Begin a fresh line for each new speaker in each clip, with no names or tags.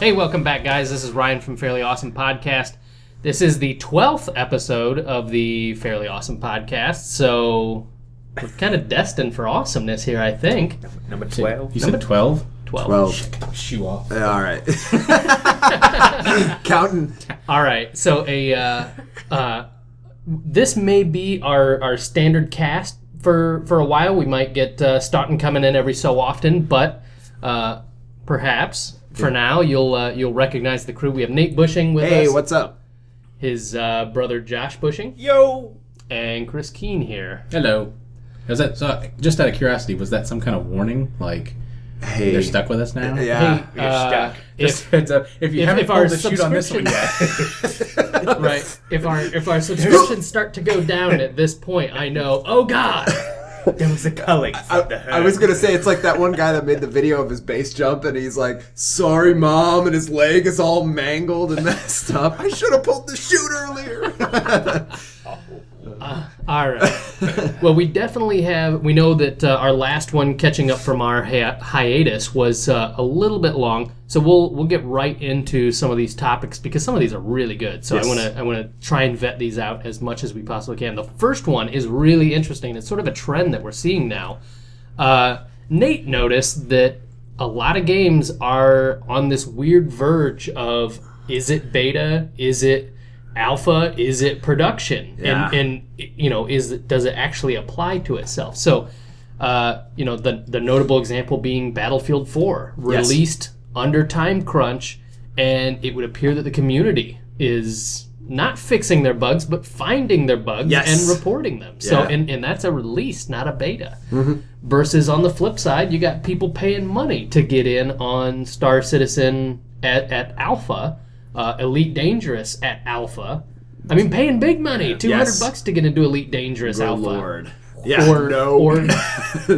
Hey, welcome back, guys. This is Ryan from Fairly Awesome Podcast. This is the 12th episode of the Fairly Awesome Podcast, so we're kind of destined for awesomeness here, I think.
Number 12.
You said 12?
12.
Twelve.
Shoe off.
All right. Counting.
All right, so a uh, uh, this may be our, our standard cast for, for a while. We might get uh, Stoughton coming in every so often, but uh, perhaps for now you'll uh, you'll recognize the crew. We have Nate Bushing with
Hey,
us,
what's up?
his uh, brother Josh Bushing,
Yo!
and Chris Keene here.
Hello. Was that so? Just out of curiosity, was that some kind of warning? Like
Hey.
they're stuck with us now?
Yeah.
Hey, uh,
stuck.
If,
Heads up! If you
If-
haven't
if our
pulled the shoot on this one yet,
right, if our if our subscriptions start to go down at this point, I know. Oh God!
There was a culling
I,
from the herd.
I was gonna say it's like that one guy that made the video of his base jump and he's like, "Sorry, mom," and his leg is all mangled and messed up. I should have pulled the shoot earlier.
All right. well, we definitely have. We know that uh, our last one, catching up from our hi- hiatus, was uh, a little bit long. So we'll we'll get right into some of these topics because some of these are really good. So I want to I want to try and vet these out as much as we possibly can. The first one is really interesting. It's sort of a trend that we're seeing now. Uh, Nate noticed that a lot of games are on this weird verge of is it beta? Is it alpha? Is it production?
Yeah.
And, and you know, is it, does it actually apply to itself? So, uh, you know, the the notable example being Battlefield 4,
Yes.
released under time crunch, and it would appear that the community is not fixing their bugs, but finding their bugs
Yes.
and reporting them. So,
Yeah. Mm-hmm.
and, and that's a release, not a beta. Versus on the flip side, you got people paying money to get in on Star Citizen at, at Alpha, uh, Elite Dangerous at Alpha. I mean, paying big money, two hundred
Yes.
bucks to get into Elite Dangerous Alpha,
Yeah.
or
no.
or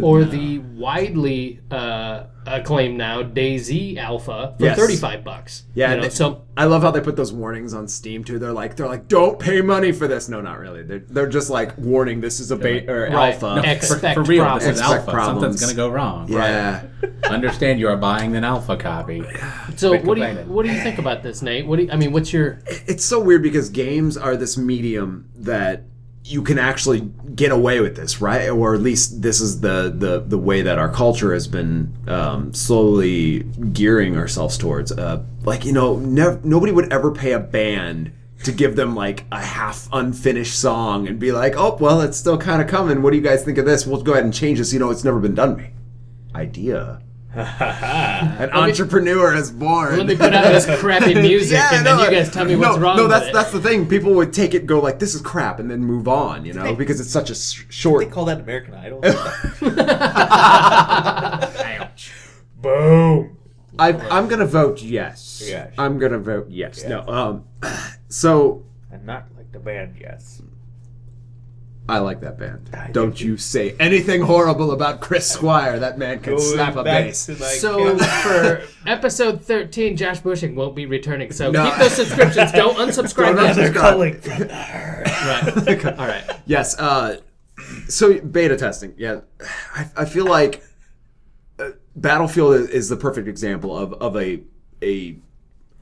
or the widely uh, acclaimed now DayZ Alpha for
Yes.
thirty-five bucks.
Yeah,
you know,
they-
so
I love how they put those warnings on Steam too. They're like, they're like, don't pay money for this. No, not really. They're, they're just like warning this is a beta or
Right.
alpha.
No.
for,
Expect
for real, this
problems.
is
Expect
alpha.
problems.
Something's gonna go wrong.
Yeah.
Right. Understand you are buying an alpha copy.
so
Quit
what do you
complaining.
what do you think about this, Nate? What do you, I mean? What's your
it's so weird because games are this medium that you can actually get away with this, right? Or at least this is the the, the way that our culture has been um, slowly gearing ourselves towards. Uh, like you know, nev- nobody would ever pay a band to give them like a half unfinished song and be like, "Oh, well, it's still kind of coming. What do you guys think of this? We'll go ahead and change this. You know, it's never been done. Me idea." An entrepreneur is born.
let me put out this crappy music, and then you guys tell me what's
no,
wrong.
No,
with
that's
it.
that's the thing. People would take it, go like, "This is crap," and then move on. You know,
They-
because it's such a s-
They
short.
call that American Idol. Ouch. Boom.
I, I'm gonna vote yes.
Yes.
I'm gonna vote yes. No. Um. So
And not like the band, yes.
I like that band.
I do
Don't you say anything horrible about Chris Squire. That man can slap a
back
bass.
to, like,
So
uh,
for episode 13, Josh Bushing won't be returning. So
No.
keep those subscriptions. Don't unsubscribe.
Don't
yet.
they're
unsubscribe.
culling from the herd.
Right. All right.
Yes. Uh, so beta testing. Yeah, I, I feel like uh, Battlefield is, is the perfect example of of a a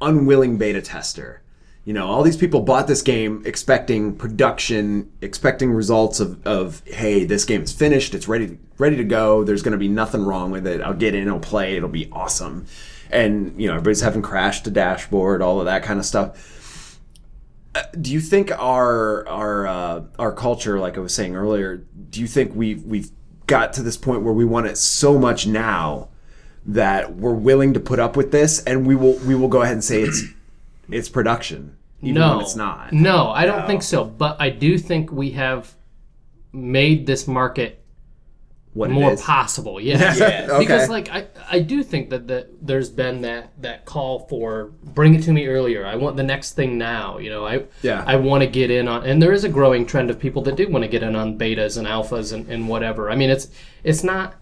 unwilling beta tester. You know, all these people bought this game expecting production, expecting results of, of hey, this game is finished, it's ready ready to go. There's going to be nothing wrong with it. I'll get in, I'll play, it'll be awesome. And you know, everybody's having crash to dashboard, all of that kind of stuff do you think our our uh, our culture, like I was saying earlier, do you think we've we've got to this point where we want it so much now that we're willing to put up with this, and we will we will go ahead and say it's it's production, even
no,
when it's not.
No, I don't think so. But I do think we have made this market
What
more
it is.
possible. Yes.
Yes.
Okay.
Because like I, I do think that the, there's been that, that call for bring it to me earlier. I want the next thing now. You know, I
Yeah.
I want to get in on, and there is a growing trend of people that do want to get in on betas and alphas and, and whatever. I mean, it's it's not.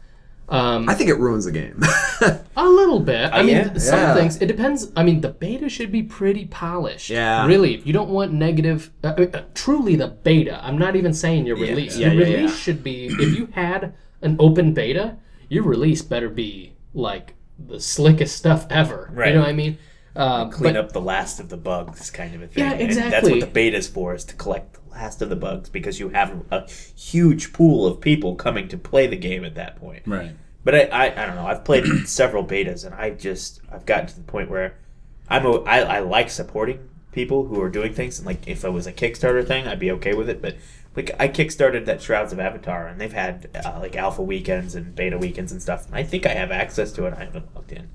Um,
I think it ruins the game.
A little bit. I mean,
Uh, yeah?
th- some
Yeah.
things. It depends. I mean, the beta should be pretty polished.
Yeah.
Really, if you don't want negative, uh, uh, truly the beta. I'm not even saying your release.
yeah,
your
yeah,
release
yeah.
should be. If you had an open beta, your release better be like the slickest stuff ever.
Right.
You know what I mean? Uh,
Clean
but-
up the last of the bugs, kind of a thing.
Yeah,
And that's
exactly.
what the beta's for, is to collect the last of the bugs because you have a huge pool of people coming to play the game at that point.
Right.
But I, I, I don't know. I've played several betas, and I just I've gotten to the point where I'm a, I, I like supporting people who are doing things, and like if it was a Kickstarter thing, I'd be okay with it. But like I kickstarted that Shrouds of Avatar, and they've had uh, like alpha weekends and beta weekends and stuff, and I think I have access to it. I haven't logged in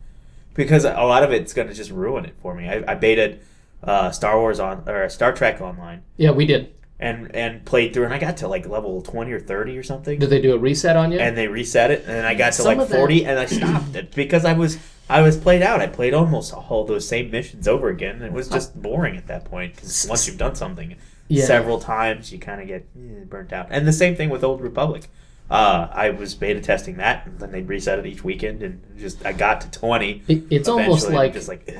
because a lot of it's gonna just ruin it for me. I, I betaed uh, Star Wars on or Star Trek online.
yeah, we did.
And, and played through, and I got to like level twenty or thirty or something
Did they do a reset on you?
and they reset it, and I got to
Some
like
of that-
forty, and I stopped it because I was I was played out. I played almost all those same missions over again, and it was just boring at that point. Because once you've done something
Yeah.
several times, you kind of get eh, burnt out. And the same thing with Old Republic. Uh, I was beta testing that, and then they'd reset it each weekend, and just I got to twenty.
It- it's almost
eventually, and
like-
just like eh.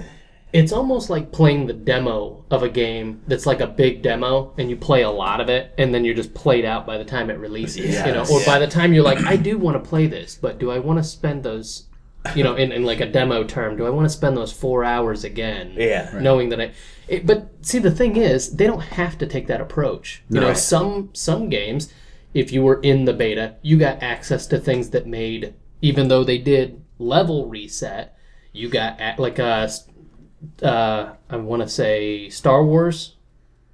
It's almost like playing the demo of a game that's like a big demo, and you play a lot of it, and then you're just played out by the time it releases. you know,
Yes.
or by
Yeah.
the time you're like, I do want to play this, but do I want to spend those, you know, in, in like a demo term, do I want to spend those four hours again?
Yeah. Right.
knowing that I. It, but see, the thing is, they don't have to take that approach. You know,
Right.
some some games, if you were in the beta, you got access to things that made, even though they did level reset, you got ac- like a uh, I want to say Star Wars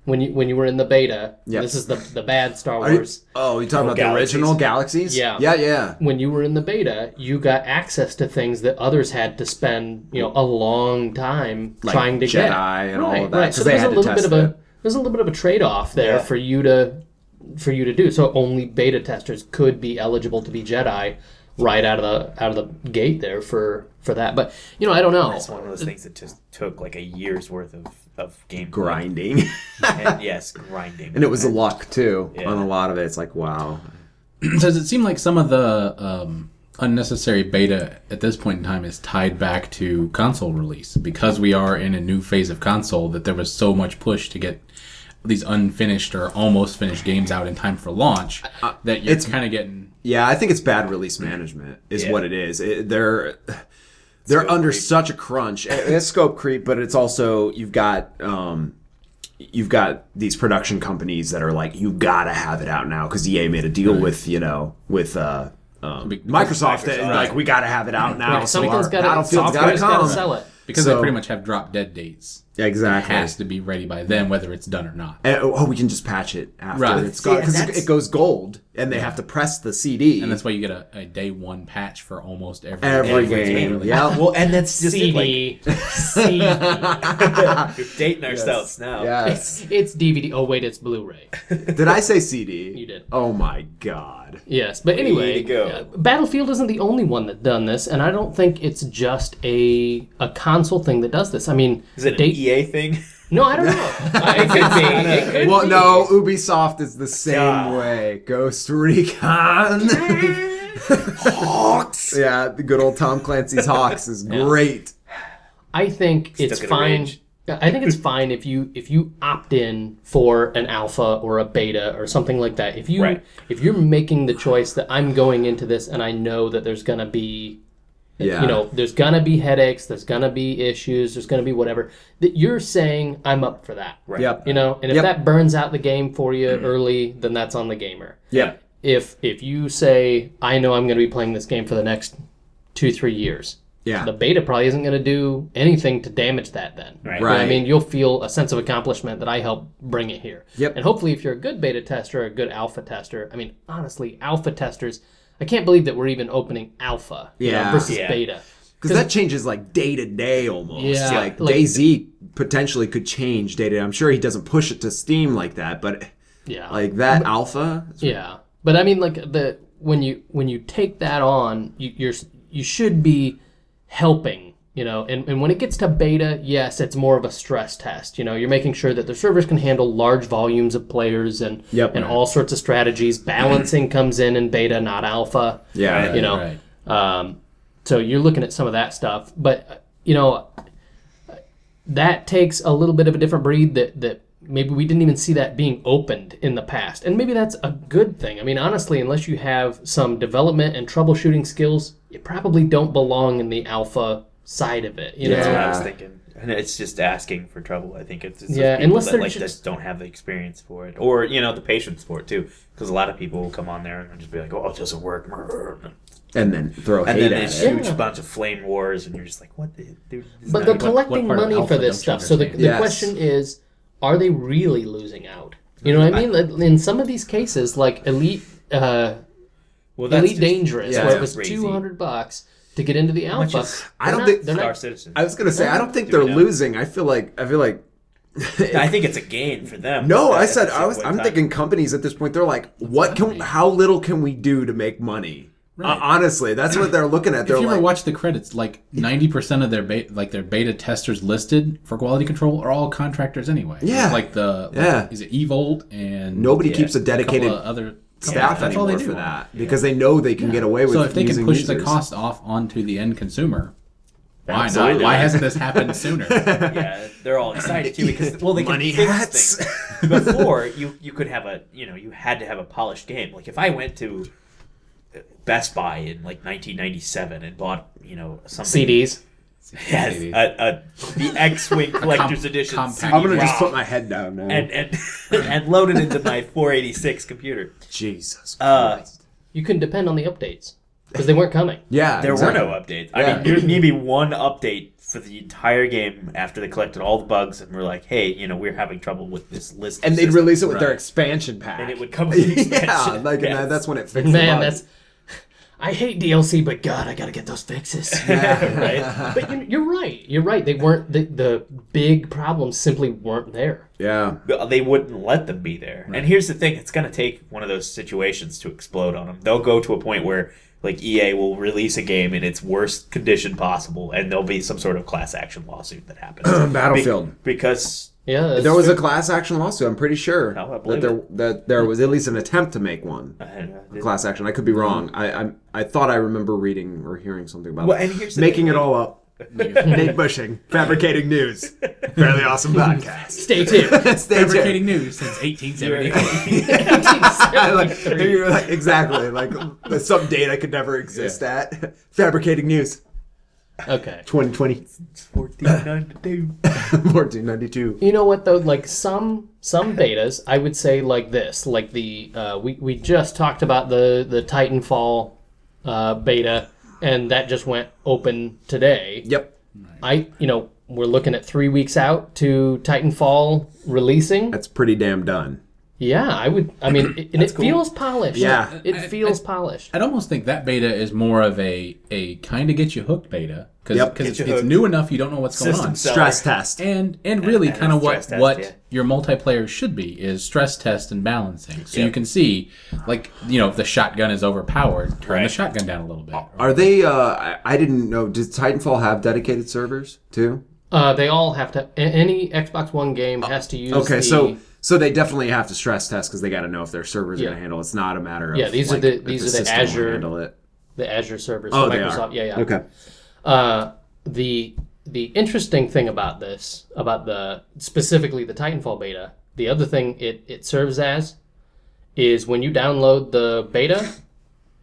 when you when you were in the beta.
Yeah.
This is the the bad Star
Are you,
Wars.
oh, you're talking about
Galaxies.
the original Galaxies?
Yeah.
Yeah, yeah.
when you were in the beta, you got access to things that others had to spend, you know, a long time
Like
trying to get.
Jedi and all
right,
of that,
Right. So
'cause they
there's a
had to
little bit
test
of a
it.
there's a little bit of a trade off there
Yeah.
for you to for you to do. So only beta testers could be eligible to be Jedi right out of the out of the gate there for for that. But you know, I don't know.
it's one of those things that just took like a year's worth of of game
Grinding.
and yes, grinding.
and it was luck, too,
Yeah.
on a lot of it. It's like, wow.
Does it seem like some of the um, unnecessary beta at this point in time is tied back to console release because we are in a new phase of console that there was so much push to get these unfinished or almost finished games out in time for launch that you're
Uh, it's-
kind of getting
Yeah, I think it's bad release management is
Yeah.
what it is. It, they're they're
Scope
under
creep.
such a crunch. It- It's scope creep, but it's also you've got um, you've got these production companies that are like you gotta have it out now because EA made a deal with you know with. Uh, um,
Because
Microsoft, that,
Microsoft-
like we gotta have it out now.
Right,
so
something's
our
gotta-
Battlefield's
software's
gotta
gotta
come.
sell it.
because
So-
they pretty much have drop dead dates.
Exactly.
Has to be ready by then, whether it's done or not.
And, oh, oh, we can just patch it after
Right.
it's gone
and
because
that's-
it goes gold, and they have to press the CD.
And that's why you get a, a day one patch for almost every
every
every
game.
release.
Yeah.
well, and that's just it, like,
CD, CD.
You're dating ourselves now.
Yes.
It's, it's DVD. Oh wait, it's Blu-ray.
Did I say CD?
You did.
Oh my god.
Yes, but anyway,
to go.
uh, Battlefield isn't the only one that done this, and I don't think it's just a a console thing that does this. I mean,
Is it an E
date-
EA thing?
No, I don't know. it could be. It could
Well,
be.
no, Ubisoft is the same
Duh.
way. Ghost Recon. Hawks. Yeah, the good old Tom Clancy's Hawks is great.
I think it's
Stuck in a
fine.
rage.
I think it's fine if you if you opt in for an alpha or a beta or something like that. If you
Right.
if you're making the choice that I'm going into this and I know that there's gonna be
Yeah.
you know there's gonna be headaches, there's gonna be issues, there's gonna be whatever that you're saying I'm up for that. Right.
Yep.
You know, and if
Yep.
that burns out the game for you early, then that's on the gamer.
Yep.
If if you say I know I'm going to be playing this game for the next two three years,
Yeah.
the beta probably isn't going to do anything to damage that. Then,
Right.
You know what I
Right.
mean, you'll feel a sense of accomplishment that I helped bring it here.
Yep.
And hopefully, if you're a good beta tester, a good alpha tester, I mean, honestly, alpha testers, I can't believe that we're even opening alpha. you know,
Yeah.
versus
Yeah.
beta.
Because that changes like day to day almost.
Yeah,
like,
like-
DayZ potentially could change day to day. I'm sure he doesn't push it to Steam like that, but
Yeah.
like that alpha.
Yeah, but I mean, like the when you when you take that on, you, you're you should be helping. You know, and, and when it gets to beta, yes, it's more of a stress test. You know, you're making sure that the servers can handle large volumes of players and
Yep.
and all sorts of strategies. Balancing comes in in beta, not alpha.
Yeah.
you know.
Right.
Um, so you're looking at some of that stuff, but uh, you know that takes a little bit of a different breed that that maybe we didn't even see that being opened in the past, and maybe that's a good thing. I mean, honestly, unless you have some development and troubleshooting skills, you probably don't belong in the alpha side of it. You
That's
know,
what I was
Yeah.
thinking. And it's just asking for trouble. I think it's just those
Yeah,
people
unless
that
they're
like
just-
just don't have the experience for it, or you know the patience for it too. Because a lot of people will come on there and just be like, "Oh, it doesn't work," and
and then throw hate
then
at
this
it.
huge
Yeah.
bunch of flame wars, and you're just like, "What?" The, dude, this is
but
not
they're
even-
collecting
part of
money
alpha
for this
don't you
stuff. So the, the
understand?
Yes.
question is, are they really losing out? You know what I mean? Like, in some of these cases, like elite, uh,
well,
elite
just-
dangerous,
yeah,
where it
that's
was
crazy.
two hundred bucks to get into the
much
alpha.
is-
I
they're
don't
not-
think-
they're
Star
not.
Citizen.
I was gonna say I don't think
Do
they're
we know?
losing. I feel like I feel like
I think it's a gain for them.
no.
At
I
the
said
same
I was.
point
I'm
in time.
thinking companies at this point. They're like, what can? How little can we do to make money? Uh, honestly, that's what they're looking at. They're
If you
like,
ever watch the credits, like ninety percent of their be- like their beta testers listed for quality control are all contractors anyway.
Yeah.
like the like,
Yeah.
is it Evolt and
nobody
yeah,
keeps a
a
a couple
dedicated
of other
staff
that's all
anymore
they
for
do.
that because they know they can get away with.
So if they can
using
push the
users.
cost off onto the end consumer, why not?
Absolutely.
Why hasn't this happened sooner?
yeah, they're all excited too because well, they
Money
can fix
hats.
things. Before you, you could have a you know you had to have a polished game. Like if I went to Best Buy in like 1997 and bought you know something
CDs.
yes,
CDs.
a, a the X-wing collector's
comp-
edition,
compact.
CD
I'm gonna just
ROM
put my head down now.
and and and load it into my 486 computer.
Jesus.
Uh,
Christ.
You can depend on the updates because they weren't coming.
yeah,
There
exactly.
were no updates.
Yeah.
I mean, there'd maybe one update for the entire game after they collected all the bugs and were like, hey, you know, we're having trouble with this list.
and they'd
system.
release it with their
Right.
expansion pack.
And it would come with the
yeah,
expansion.
like and
Yeah.
that- that's when it fixed.
Man,
the
that's. I hate DLC, but God, I gotta get those fixes.
right?
but you, you're right. You're right. They weren't the, the big problems simply weren't there.
yeah.
They wouldn't let them be there. And here's the thing: it's going to take one of those situations to explode on them. They'll go to a point where, like EA will release a game in its worst condition possible, and there'll be some sort of class action lawsuit that happens.
Battlefield.
Be- because
Yeah, that's-
There was a class action lawsuit. I'm pretty sure
No, I
that
believe
there that there was at least an attempt to make one
uh,
class action. I could be wrong. I I, I thought I remember reading or hearing something about
Well,
it.
and here's the
making
thing,
it all up. Nate Bushing, fabricating news, fairly awesome podcast.
Stay tuned.
Stay
Fabricating
tuned.
news since 1870.
You're-
like, you're like- exactly like there's some date I could never exist at. Fabricating news,
okay.
2020,
it's 1492.
1492.
You know what though? Like some some betas, I would say like this. Like the uh, we we just talked about the the Titanfall uh, beta, and that just went open today.
Yep,
I you know we're looking at three weeks out to Titanfall releasing.
that's pretty damn done.
Yeah, I would. I mean, it, and it feels polished.
Yeah.
it feels polished.
I'd almost think that beta is more of a a kind of get you hooked beta because
Yep.
because
Get
it's,
you
it's
hooked.
new enough you don't know what's going on.
System seller.
Stress test.
and and really
and
kind
a
of what
stress test,
what
yeah.
your multiplayer should be is stress test and balancing so you can see like you know if the shotgun is overpowered turn the
Right.
shotgun down a little bit
Are they? Uh, I, I didn't know. Does Titanfall have dedicated servers too?
Uh, they all have to. a- Any Xbox One game has to use.
Uh, Okay,
the-
so so they definitely have to stress test because they got to know if their servers are
Yeah.
going to handle. it. It's not a matter of
Yeah, these are
like,
the-
if
these are the
system will
Azure-
handle it.
the Azure servers.
Oh,
for
they
Microsoft.
are.
Yeah, yeah.
Okay,
Uh, the the interesting thing about this, about the specifically the Titanfall beta, the other thing it it serves as, is when you download the beta,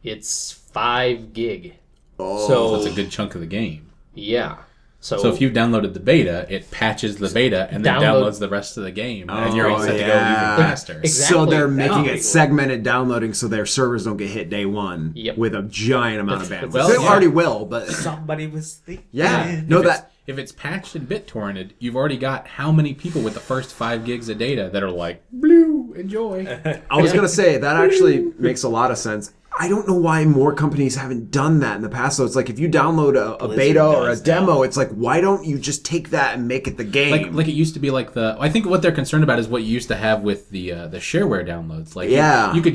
it's five gig. Oh, so
that's a good chunk of the game
yeah. So,
so if you downloaded the beta it patches the beta and then
Download-
downloads the rest of the game and you're
Oh,
all set to go
yeah.
even faster
Exactly.
so they're
That's
making
pretty
it
cool.
segmented downloading so their servers don't get hit day one
Yep.
with a giant amount of bandwidth.
well,
they
yeah.
already will, but
Somebody was thinking.
yeah, no
if it's-
that
if it's patched and BitTorrented, you've already got how many people with the first five gigs of data that are like, blue, enjoy.
I was gonna say that actually makes a lot of sense. I don't know why more companies haven't done that in the past. So it's like if you download a, a
Blizzard
beta or a
does
demo, it's like why don't you just take that and make it the game?
like like it used to be like the I think what they're concerned about is what you used to have with the uh, the shareware downloads like you-
Yeah.
you, could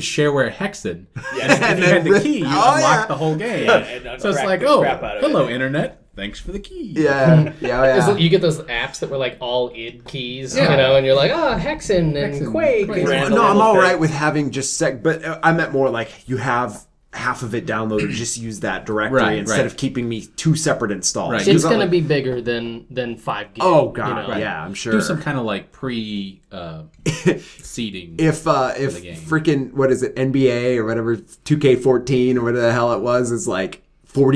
shareware hexen
Yeah.
and if
And
you had
then
the key you
rip-
unlocked
Oh, yeah.
the whole game
Yeah, and
so it's
uncrack
like
the
oh
crap out of
hello
it."
internet thanks for the key
yeah, yeah,
It's
yeah.
like- you get those apps that were like all id keys,
Yeah.
you know, and you're like, oh, Hexen and
Hexen,
Quake.
Quake.
and
Grand
all
no,
that."
I'm
little
all
thing.
right with having just sec, but uh, I meant more like you have half of it downloaded. just use that directory
Right,
instead
right.
of keeping me two separate installs.
Right.
It's
'Cause I'm
gonna
like,
be bigger than than five gig.
Oh
you
god,
know?
yeah, I'm sure.
do some kind of like pre uh, seeding
if uh, if
game.
freaking what is it NBA or whatever 2K14 or whatever the hell it was is like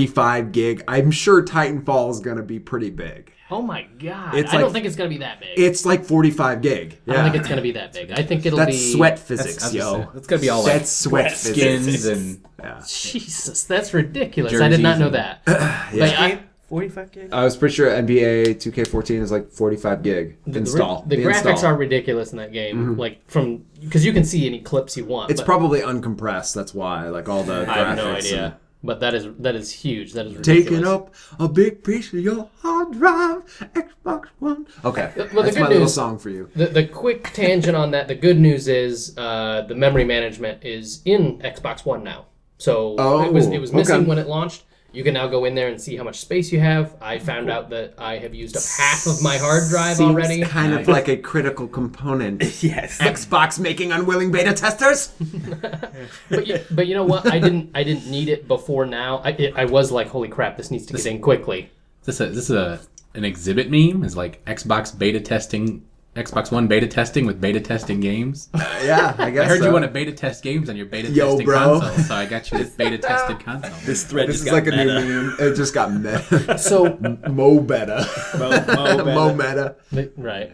45 gig. I'm sure Titanfall is going to be pretty big.
Oh my god!
It's
I don't
like-
think it's gonna be that big.
It's like 45 gig.
I don't
Yeah.
think it's gonna be that big. I think it'll
That's
be
sweat
That's,
physics,
that's
yo.
That's gonna be all like
That's sweat
skins.
skins
physics.
and
Yeah.
Jesus, that's ridiculous. I did not know
Jerseys
that. Like, I-
Forty-five gig.
I was pretty sure NBA 2K14 is like 45 gig
the-
install.
The, graphics
install. Mm-hmm.
are ridiculous in that game. Like from because you can see any clips you want.
It's
but
probably uncompressed. That's why, like all the graphics.
I have no
and-
idea. But that is that is huge. That is ridiculous.
Taking up a big piece of your hard drive, Xbox One. Okay,
well, the
that's
good
my little
news-
song for you.
The, the quick tangent on that. The good news is uh, the memory management is in Xbox One now. So it was it was
Oh,
missing
okay.
when it launched. You can now go in there and see how much space you have. I found out that I have used up half of my hard drive
Seems
already.
kind of like a critical component.
Yes.
Xbox making unwilling beta testers.
but you, but you know what? I didn't I didn't need it before now. I it, I was like, holy crap, this needs to get in quickly.
this. A, this is a an exhibit meme. Is like Xbox beta testing, Xbox One beta testing with beta testing games. I
Uh, yeah, I guess.
heard
so.
you want to beta test games on your beta
Yo,
testing
bro.
console, so I got you this beta tested console.
This thread
This
just
is
got
like a
meta.
new meme. It just got meta.
So
Mo beta.
Mo- Mo
Mo
beta.
meta.
right.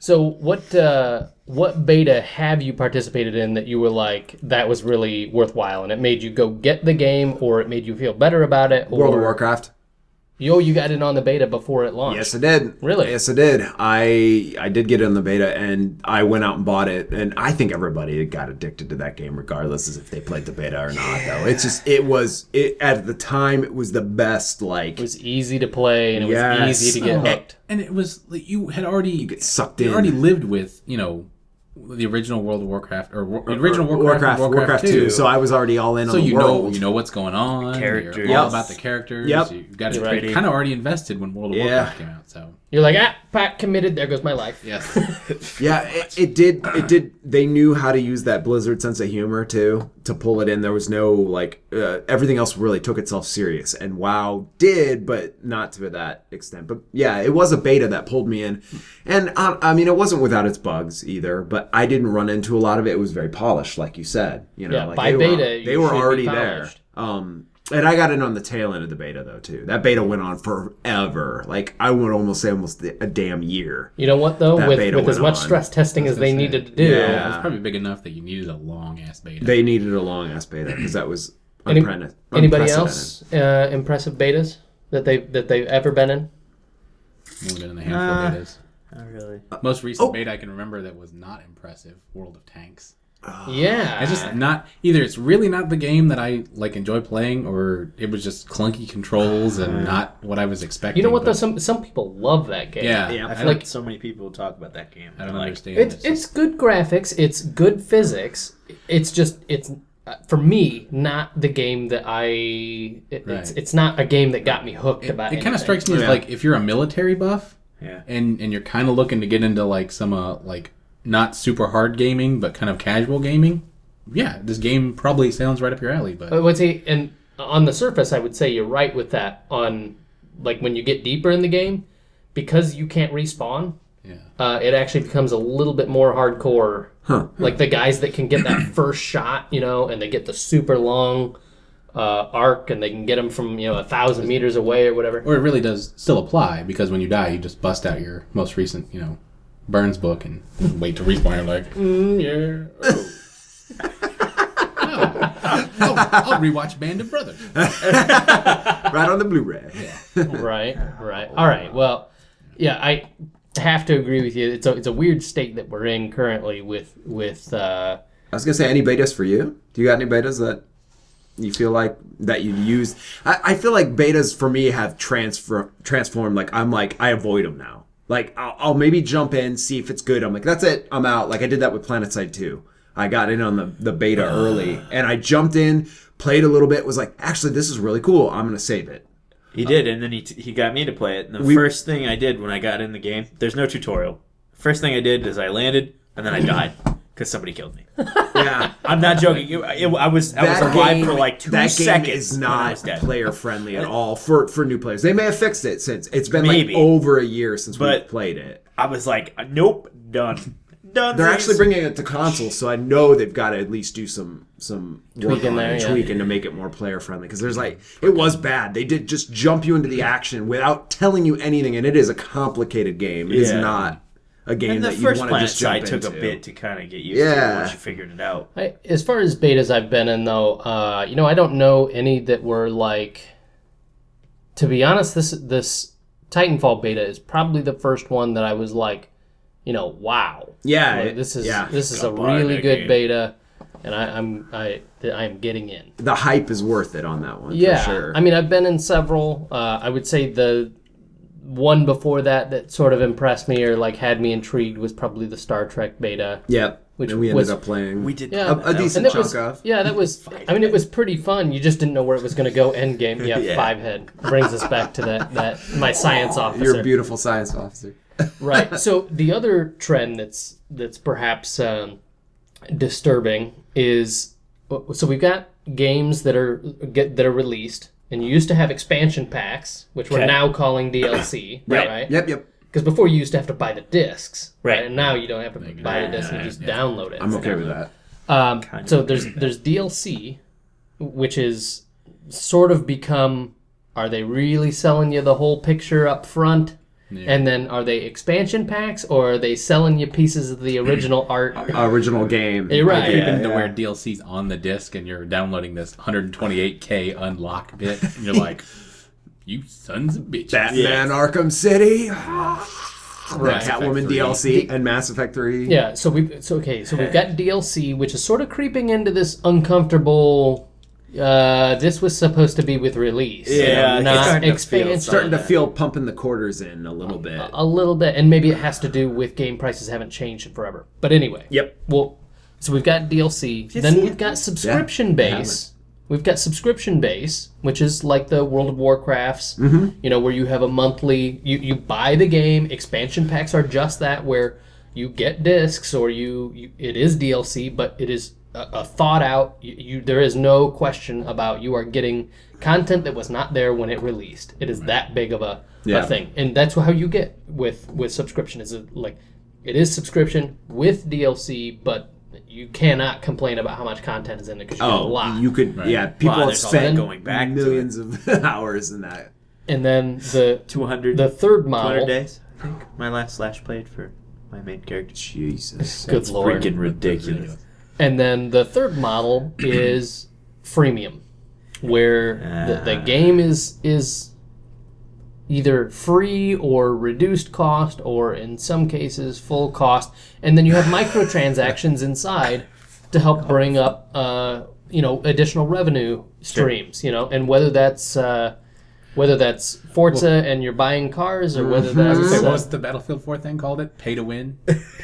So what uh, what beta have you participated in that you were like that was really worthwhile and it made you go get the game or it made you feel better about it? Or,
World of Warcraft.
Yo, you got in on the beta before it launched.
Yes, I did.
Really?
Yes, I did. I I did get it in the beta, and I went out and bought it. And I think everybody got addicted to that game, regardless as if they played the beta or not. Though it's just it was it at the time it was the best. Like
It was easy to play and it
Yes.
was easy to get
Oh.
hooked.
and it was like you had already you
get sucked
you
in.
already lived with you know the original World of Warcraft or, War- the original Warcraft,
Warcraft,
and Warcraft,
Warcraft
two.
Two. So I was already all in
So
on the
you
world.
know you know what's going on.
Characters.
You're all
Yep.
about the characters.
Yep.
You've got
It's
it
pretty-
kind of already invested when World of
Yeah.
Warcraft came out. So
You're like, ah, Pat committed. There goes my life.
yes,
Yeah, it, it did. It did. They knew how to use that Blizzard sense of humor too to pull it in. There was no like uh, everything else really took itself serious, and WoW did, but not to that extent. But yeah, it was a beta that pulled me in, and uh, I mean, it wasn't without its bugs either. But I didn't run into a lot of it. It was very polished, like you said. You know,
Yeah,
like
by
they
beta,
were,
you
they were
should be
already there.
polished.
Um, and I got in on the tail end of the beta though too. That beta went on forever. Like I would almost say almost a damn year.
You know what though?
That
with
beta
with as
went
much
on.
stress testing as they
gonna say.
needed to do,
Yeah.
it was probably big enough that you needed a long ass beta.
They needed a long ass beta because that was
Any-
unprecedented.
Anybody else uh, impressive betas that they that they've ever been in?
More than a handful of betas.
Not really.
Most recent
Oh.
beta I can remember that was not impressive. World of Tanks.
yeah,
It's Ah, just not either. It's really not the game that I like enjoy playing, or it was just clunky controls and not what I was expecting.
Uh-huh. you know what
but-
though? Some some people love that game.
Yeah,
I
I
feel
don't,
like so many people talk about that game.
I don't
like,
understand.
it's
it.
it's good graphics. It's good physics. It's just it's uh, for me not the game that I. It, It's
Right.
it's not a game that got me hooked about.
it kind
anything.
of strikes me as
Yeah.
like if you're a military buff
Yeah.
and and you're kind of looking to get into like some uh like not super hard gaming but kind of casual gaming yeah this game probably sounds right up your alley but
But what's he and on the surface, I would say you're right with that. On like when you get deeper in the game, because you can't respawn,
yeah
uh, it actually becomes a little bit more hardcore.
Huh.
Like the guys that can get that first shot, you know, and they get the super long uh, arc, and they can get them from you know a thousand meters away or whatever.
or it really does still apply because when you die you just bust out your most recent you know burns book and wait to respawn you're like mm, yeah oh. Oh, I'll, I'll rewatch Band of Brothers.
Right on the Blu-ray.
right, right. All right. Well, yeah, I have to agree with you. It's a it's a weird state that we're in currently with with. Uh,
I was gonna say, any betas for you? Do you got any betas that you feel like that you used? I, I feel like betas for me have transfer transformed. Like I'm like I avoid them now. Like I'll, I'll maybe jump in, see if it's good. I'm like that's it. I'm out. Like I did that with PlanetSide 2. I got in on the the beta early, and I jumped in, played a little bit. Was like, actually, this is really cool. I'm gonna save it.
He did, and then he, t- he got me to play it. And the
Uh, We-
first thing I did when I got in the game, there's no tutorial. First thing I did is I landed, and then I died because somebody killed me.
Yeah.
I'm not joking. It, it, I was I was alive for like two
that game
seconds.
is
and I
not
was dead.
player friendly at all for for new players. They may have fixed it since it's been
Maybe.
like over a year since we
But-
played it.
I was like, nope, done. Dunsies.
They're actually bringing it to console, so I know they've got to at least do some some work
in
on
there,
it,
yeah.
tweaking to make it more player friendly. Because there's like it was bad. They did just jump you into the action without telling you anything, and it is a complicated game. It's
Yeah.
not a game
And the
that you
first
want to
planet
just jump
side took a
into.
bit to kind of get used to
Yeah.
once you figured it out.
I, as far as betas I've been in, though, uh, you know, I don't know any that were like. To be honest, this this Titanfall beta is probably the first one that I was like, you know, wow.
Yeah,
Like,
it-
this is
yeah.
this is a
Gotta buy
really
that
good
game.
beta, and I, I'm I I am getting in.
The hype is worth it on that one.
Yeah,
for sure.
I mean, I've been in several. Uh, I would say the one before that that sort of impressed me or like had me intrigued was probably the Star Trek beta.
yep.
Which
Which we ended
was-
up playing.
We did.
Yeah,
a, a decent
that
chunk
was,
of.
Yeah, that was. I mean, it was pretty fun. You just didn't know where it was going to go. End game. Yeah,
Yeah.
five head brings us back to that. That my science officer.
You're a beautiful science officer.
right. So the other trend that's that's perhaps um, disturbing is so we've got games that are get, that are released, and you used to have expansion packs, which we're
Okay.
now calling DLC.
Right.
Right.
Yep, yep.
Because before you used to have to buy the discs.
Right.
And now you don't have to buy the disc. You just download it.
I'm okay with that.
Um, so there's there's DLC, which is sort of become are they really selling you the whole picture up front? And then are they expansion packs or are they selling you pieces of the original art?
Original game.
You're right.
Even to
yeah.
where DLC's on the disc and you're downloading this 128k unlock bit, and you're like, you sons of bitches.
Batman Arkham City.
Right.
Catwoman
Effect
DLC and Mass Effect 3.
Yeah, so we so okay, so we've got DLC, which is sort of creeping into this uncomfortable. Uh, this was supposed to be with release.
Yeah,
and
it's
not
starting to feel-
expansion.
Starting to feel pumping the quarters in a little bit.
a little bit, and maybe it has to do with game prices haven't changed in forever. But anyway,
Yep.
Well, so we've got DLC, then we've got subscription base. We've got subscription base, which is like the World of Warcrafts, you know, where you have a monthly. You you buy the game. Expansion packs are just that, where you get discs or you, you it is DLC, but it is a, a thought out. You, you there is no question about you are getting content that was not there when it released. It is that big of a
Yeah.
a thing, and that's how you get with with subscription. Is it like it is subscription with DLC, but you cannot complain about how much content is in it because you get a lot.
Oh, you could, yeah. People
Wow,
have
there's all that
spent
going back to
millions of hours in that.
and then the
200,
the third model.
200 days, I think. My last slash played for my main character.
Jesus.
Good lord!
Freaking ridiculous.
And then the third model is freemium, where the, the game is is either free or reduced cost, or in some cases full cost, and then you have microtransactions inside to help bring up uh, you know additional revenue streams. You know, and whether that's uh, whether that's Forza and you're buying cars, or whether that's
Say, what
uh,
was the Battlefield 4 thing called it? Pay to win?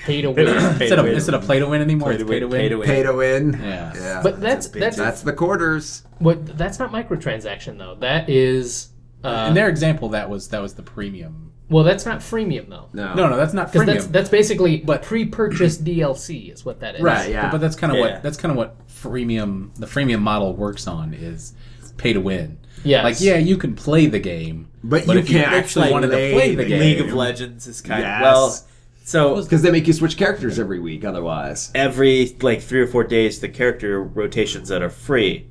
pay to win.
Pay
Instead
to
of,
win.
instead of play to win anymore,
Pay
it's
to
pay to
win,
win.
pay to win.
Pay to win.
Yeah.
Yeah.
But that's that's
that's the quarters.
What? That's not microtransaction though. That is. Uh,
In their example, that was that was the premium.
well, that's not freemium though.
Oh.
No.
No, no, that's not
Because
premium.
that's that's basically
But-
pre-purchase DLC is what that is.
right,
yeah.
But, but that's kind of
Yeah.
what that's kind of what freemium the freemium model works on is pay to win.
Yes.
Like yeah, you can play the game,
But you
if
can't
actually
actually
wanted to
play
play the
the
game,
League of Legends is kind
Yes.
of well. So
Because they make you switch characters every week otherwise.
every like three or four days, the character rotations that are free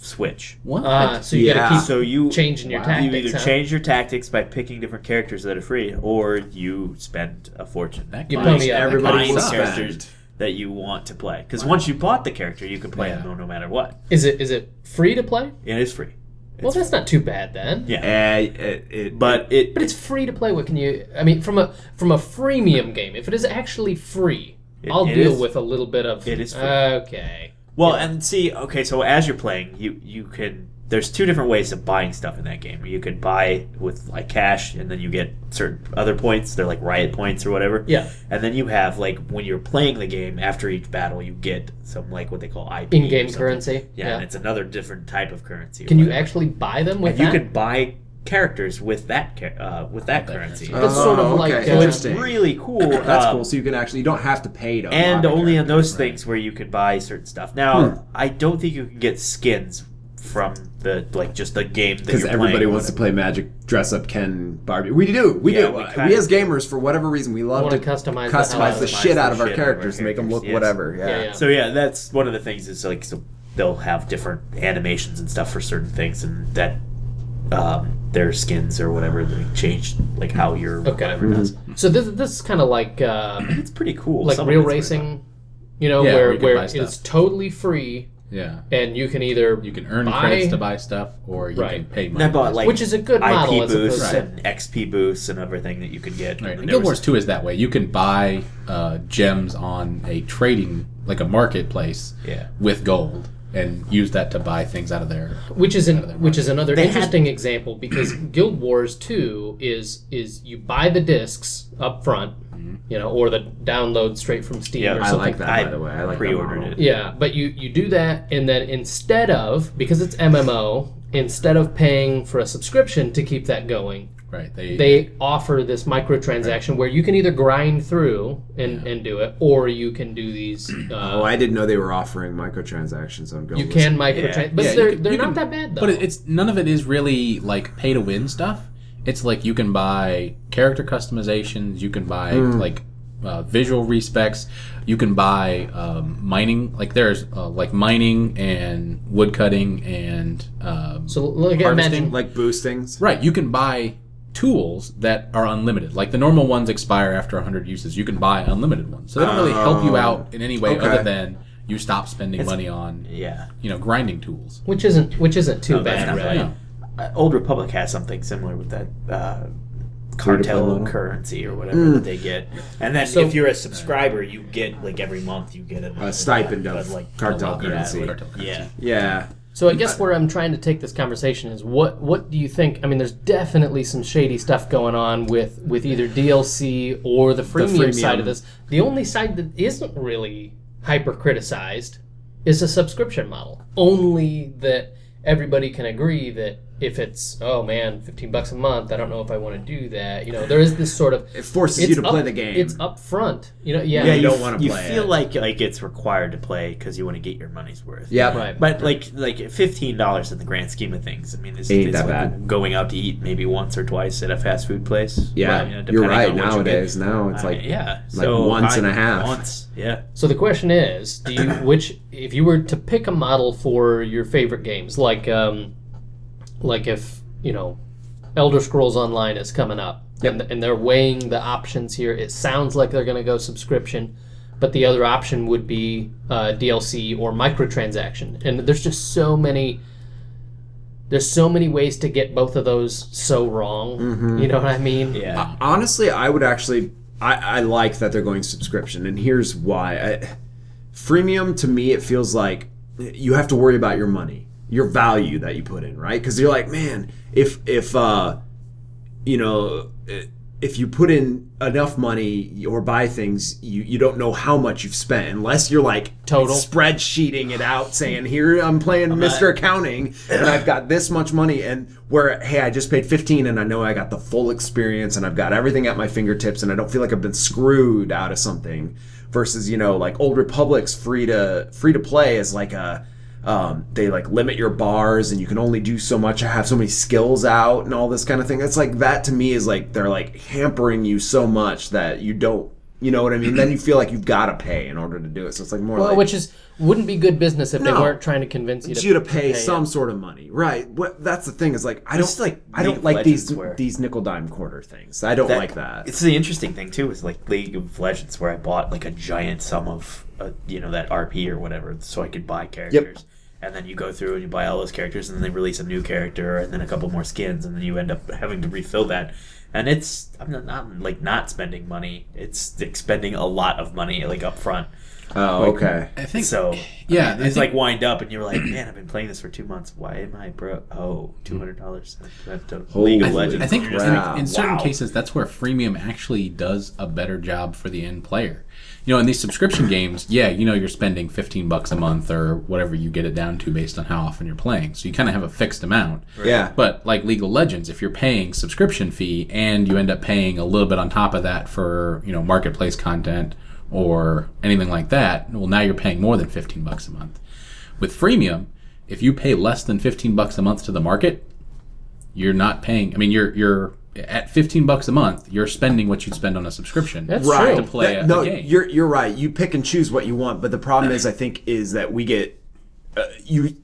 switch.
what?
Ah, so you
Yeah.
gotta keep
So you
changing your
Wow.
tactics.
you either
huh?
change your tactics by picking different characters that are free, or you spend a fortune
That
You
guy-
pony up.
Everybody
buying
will
the
spend.
characters that you want to play. Because once you bought the character, you can play
Yeah.
them no matter what.
Is it is it free to play?
It is free.
Well, that's not too bad then.
Yeah.
Eh, it- it-
But it
But it's free to play. What can you? I mean, from a from a freemium game, if it is actually free,
It-
I'll
it
deal
is-
with a little bit of.
it is free.
Okay.
Well, and see, okay, so as you're playing, you you can there's two different ways of buying stuff in that game. You could buy with like cash, and then you get certain other points. They're like riot points or whatever.
Yeah.
And then you have like when you're playing the game after each battle, you get some like what they call IP or
In-game
something.
currency.
Yeah, and it's another different type of currency. or
Can you
whatever.
actually buy them with
And you
that?
can buy characters with that ca- uh, with that currency.
That's sort of
Oh,
like,
okay,
uh,
It's
interesting.
really cool.
That's
um,
cool. So you can actually, you don't have to pay to.
and
unlock a
only on
character. Hmm.
those things where you can buy certain stuff. Now, I don't think you can get skins from the like just the game that
because
you're
everybody
playing
wants to play Magic, dress up Ken, Barbie. We do, we
Yeah,
do.
we
Uh, We,
kinda
as gamers, for whatever reason, we love
Wanna
to
customize the hell out
customize
of
the,
them.
shit out of
Customize the shit out of
our
our
characters, make them
characters,
look
yes.
whatever. Yeah.
Yeah, yeah.
uh, So yeah, that's one of the things is like so they'll have different animations and stuff for certain things, and that um, their skins or whatever they change like how you're
Okay.
whatever does.
So this this is kind of like uh,
It's pretty cool.
like
Some of
real
it's really fun.
racing, you know,
Yeah, where
where
you can
where
buy
it's
stuff.
totally free
Yeah.
and you can either
You can earn
buy-
credits to buy stuff, or you can
Right.
pay
And
money.
I bought like
Which is a good model
IP
as opposed
boosts
to-
and XP boosts and everything that you could get.
Right. And
there
Guild
was-
Wars 2 is that way. You can buy uh, gems on a trading, like a marketplace,
Yeah.
with gold, and use that to buy things out of there.
which is an, which is another
They had-
interesting example because Guild Wars 2 is is you buy the discs up front,
Mm-hmm.
you know, or the download straight from Steam
Yeah,
or
I
something.
like that.
I
by the way, I like that
pre-ordered
model.
it.
Yeah, but you you do that and then instead of because it's MMO, instead of paying for a subscription to keep that going,
Right. They,
they offer this microtransaction where you can either grind through and, and do it, or you can do these.
Oh,
Uh,
I didn't know they were offering microtransactions on Guild
you
Wars.
can microtrans,
Yeah.
but
Yeah, you
they're
can-
they're
you
not
can-
that bad though.
But it- it's none of it is really like pay to win stuff. It's like you can buy character customizations, you can buy
Hmm.
like uh, visual respecs, you can buy um, mining. Like there's uh, like mining and wood cutting and um,
so like
harvesting,
imagine
like boost things.
right. You can buy tools that are unlimited. Like the normal ones expire after 100 uses. You can buy unlimited ones, so they don't really help you out in any way
okay.
other than you stop spending money on
Yeah.
you know grinding tools.
which isn't which isn't too
Oh,
No, that's
bad,
not
right?
bad. Uh, Old Republic has something similar with that uh, cartel
model?
currency or whatever that they get,
Mm.
and then
So-
if you're a subscriber, you get like every month you get a,
A stipend
but,
of
like
cartel
Yeah,
currency.
cartel currency.
yeah.
Yeah.
So I guess where I'm trying to take this conversation is what what do you think? I mean, there's definitely some shady stuff going on with with either DLC or the freemium,
freemium.
side of this. The only side that isn't really hyper criticized is the subscription model. Only that everybody can agree that if it's oh man, 15 bucks a month, I don't know if I want to do that. You know, there is this sort of
It forces you to play the game.
It's up front. You know, yeah.
Yeah, you
you-
don't
f-
wanna
You
play
feel
it.
like like it's required to play because you want to get your money's worth.
Yep.
right.
But like like fifteen dollars in the grand scheme of things, I mean, it's,
Ain't
it's
that
like
bad.
going out to eat maybe once or twice at a fast food place.
Yeah.
You know,
You're
depending
right.
on what you get.
Nowadays, now it's
I
like
mean, yeah,
like once and a half.
Once, yeah.
So the question is, do you which if you were to pick a model for your favorite games, like um, like if you know, Elder Scrolls Online is coming up, and, and they're weighing the options here. It sounds like they're going to go subscription, but the other option would be uh, DLC or microtransaction. And there's just so many. There's so many ways to get both of those so wrong.
Mm-hmm.
You know what I mean?
Yeah.
Uh, honestly, I would actually. I, I like that they're going subscription, and here's why. I, freemium to me, it feels like you have to worry about your money, your value that you put in, right? Because you're like, man, if if uh, you know, if you put in enough money or buy things, you you don't know how much you've spent unless you're like
Total.
spreadsheeting it out, saying here I'm playing Mr. Accounting and I've got this much money, and where hey I just paid 15 and I know I got the full experience and I've got everything at my fingertips and I don't feel like I've been screwed out of something. Versus you know like Old Republic's free to free to play is like a um, they like limit your bars and you can only do so much. I have so many skills out and all this kind of thing. It's like that to me is like they're like hampering you so much that you don't, you know what I mean? then you feel like you've got to pay in order to do it. So it's like more
Well,
like
which is wouldn't be good business if they
No.
weren't trying to convince you
it's
to,
you to pay
it.
some sort of money, right? What that's the thing is like I don't
is like
I
League
don't
of
like these
Legends where-
these nickel dime quarter things. I don't like that.
It's the interesting thing too is like League of Legends where I bought like a giant sum of uh, you know that RP or whatever so I could buy characters. And then you go through and you buy all those characters, and then they release a new character, and then a couple more skins, and then you end up having to refill that. And it's I'm not, not like not spending money; it's expending a lot of money like up front.
Oh, okay.
I think
So
Yeah,
I mean,
I
it's like
think-
wind up, and you're like, man, I've been playing this for two months. Why am I bro? Oh, two hundred dollars. League
Holy
of Legends.
I think
You're
in,
just
Wow.
in certain
Wow.
cases that's where freemium actually does a better job for the end player. You know, in these subscription games, yeah, you know you're spending 15 bucks a month or whatever you get it down to based on how often you're playing. So you kind of have a fixed amount.
Yeah.
But like League of Legends, if you're paying subscription fee and you end up paying a little bit on top of that for, you know, marketplace content or anything like that, well now you're paying more than 15 bucks a month. With freemium, if you pay less than 15 bucks a month to the market, you're not paying. I mean, you're you're at 15 bucks a month, you're spending what you'd spend on a subscription.
That's
right
true.
To play
That-
a-
no
a game.
you're you're right you pick and choose what you want but the problem is i think is that we get uh, you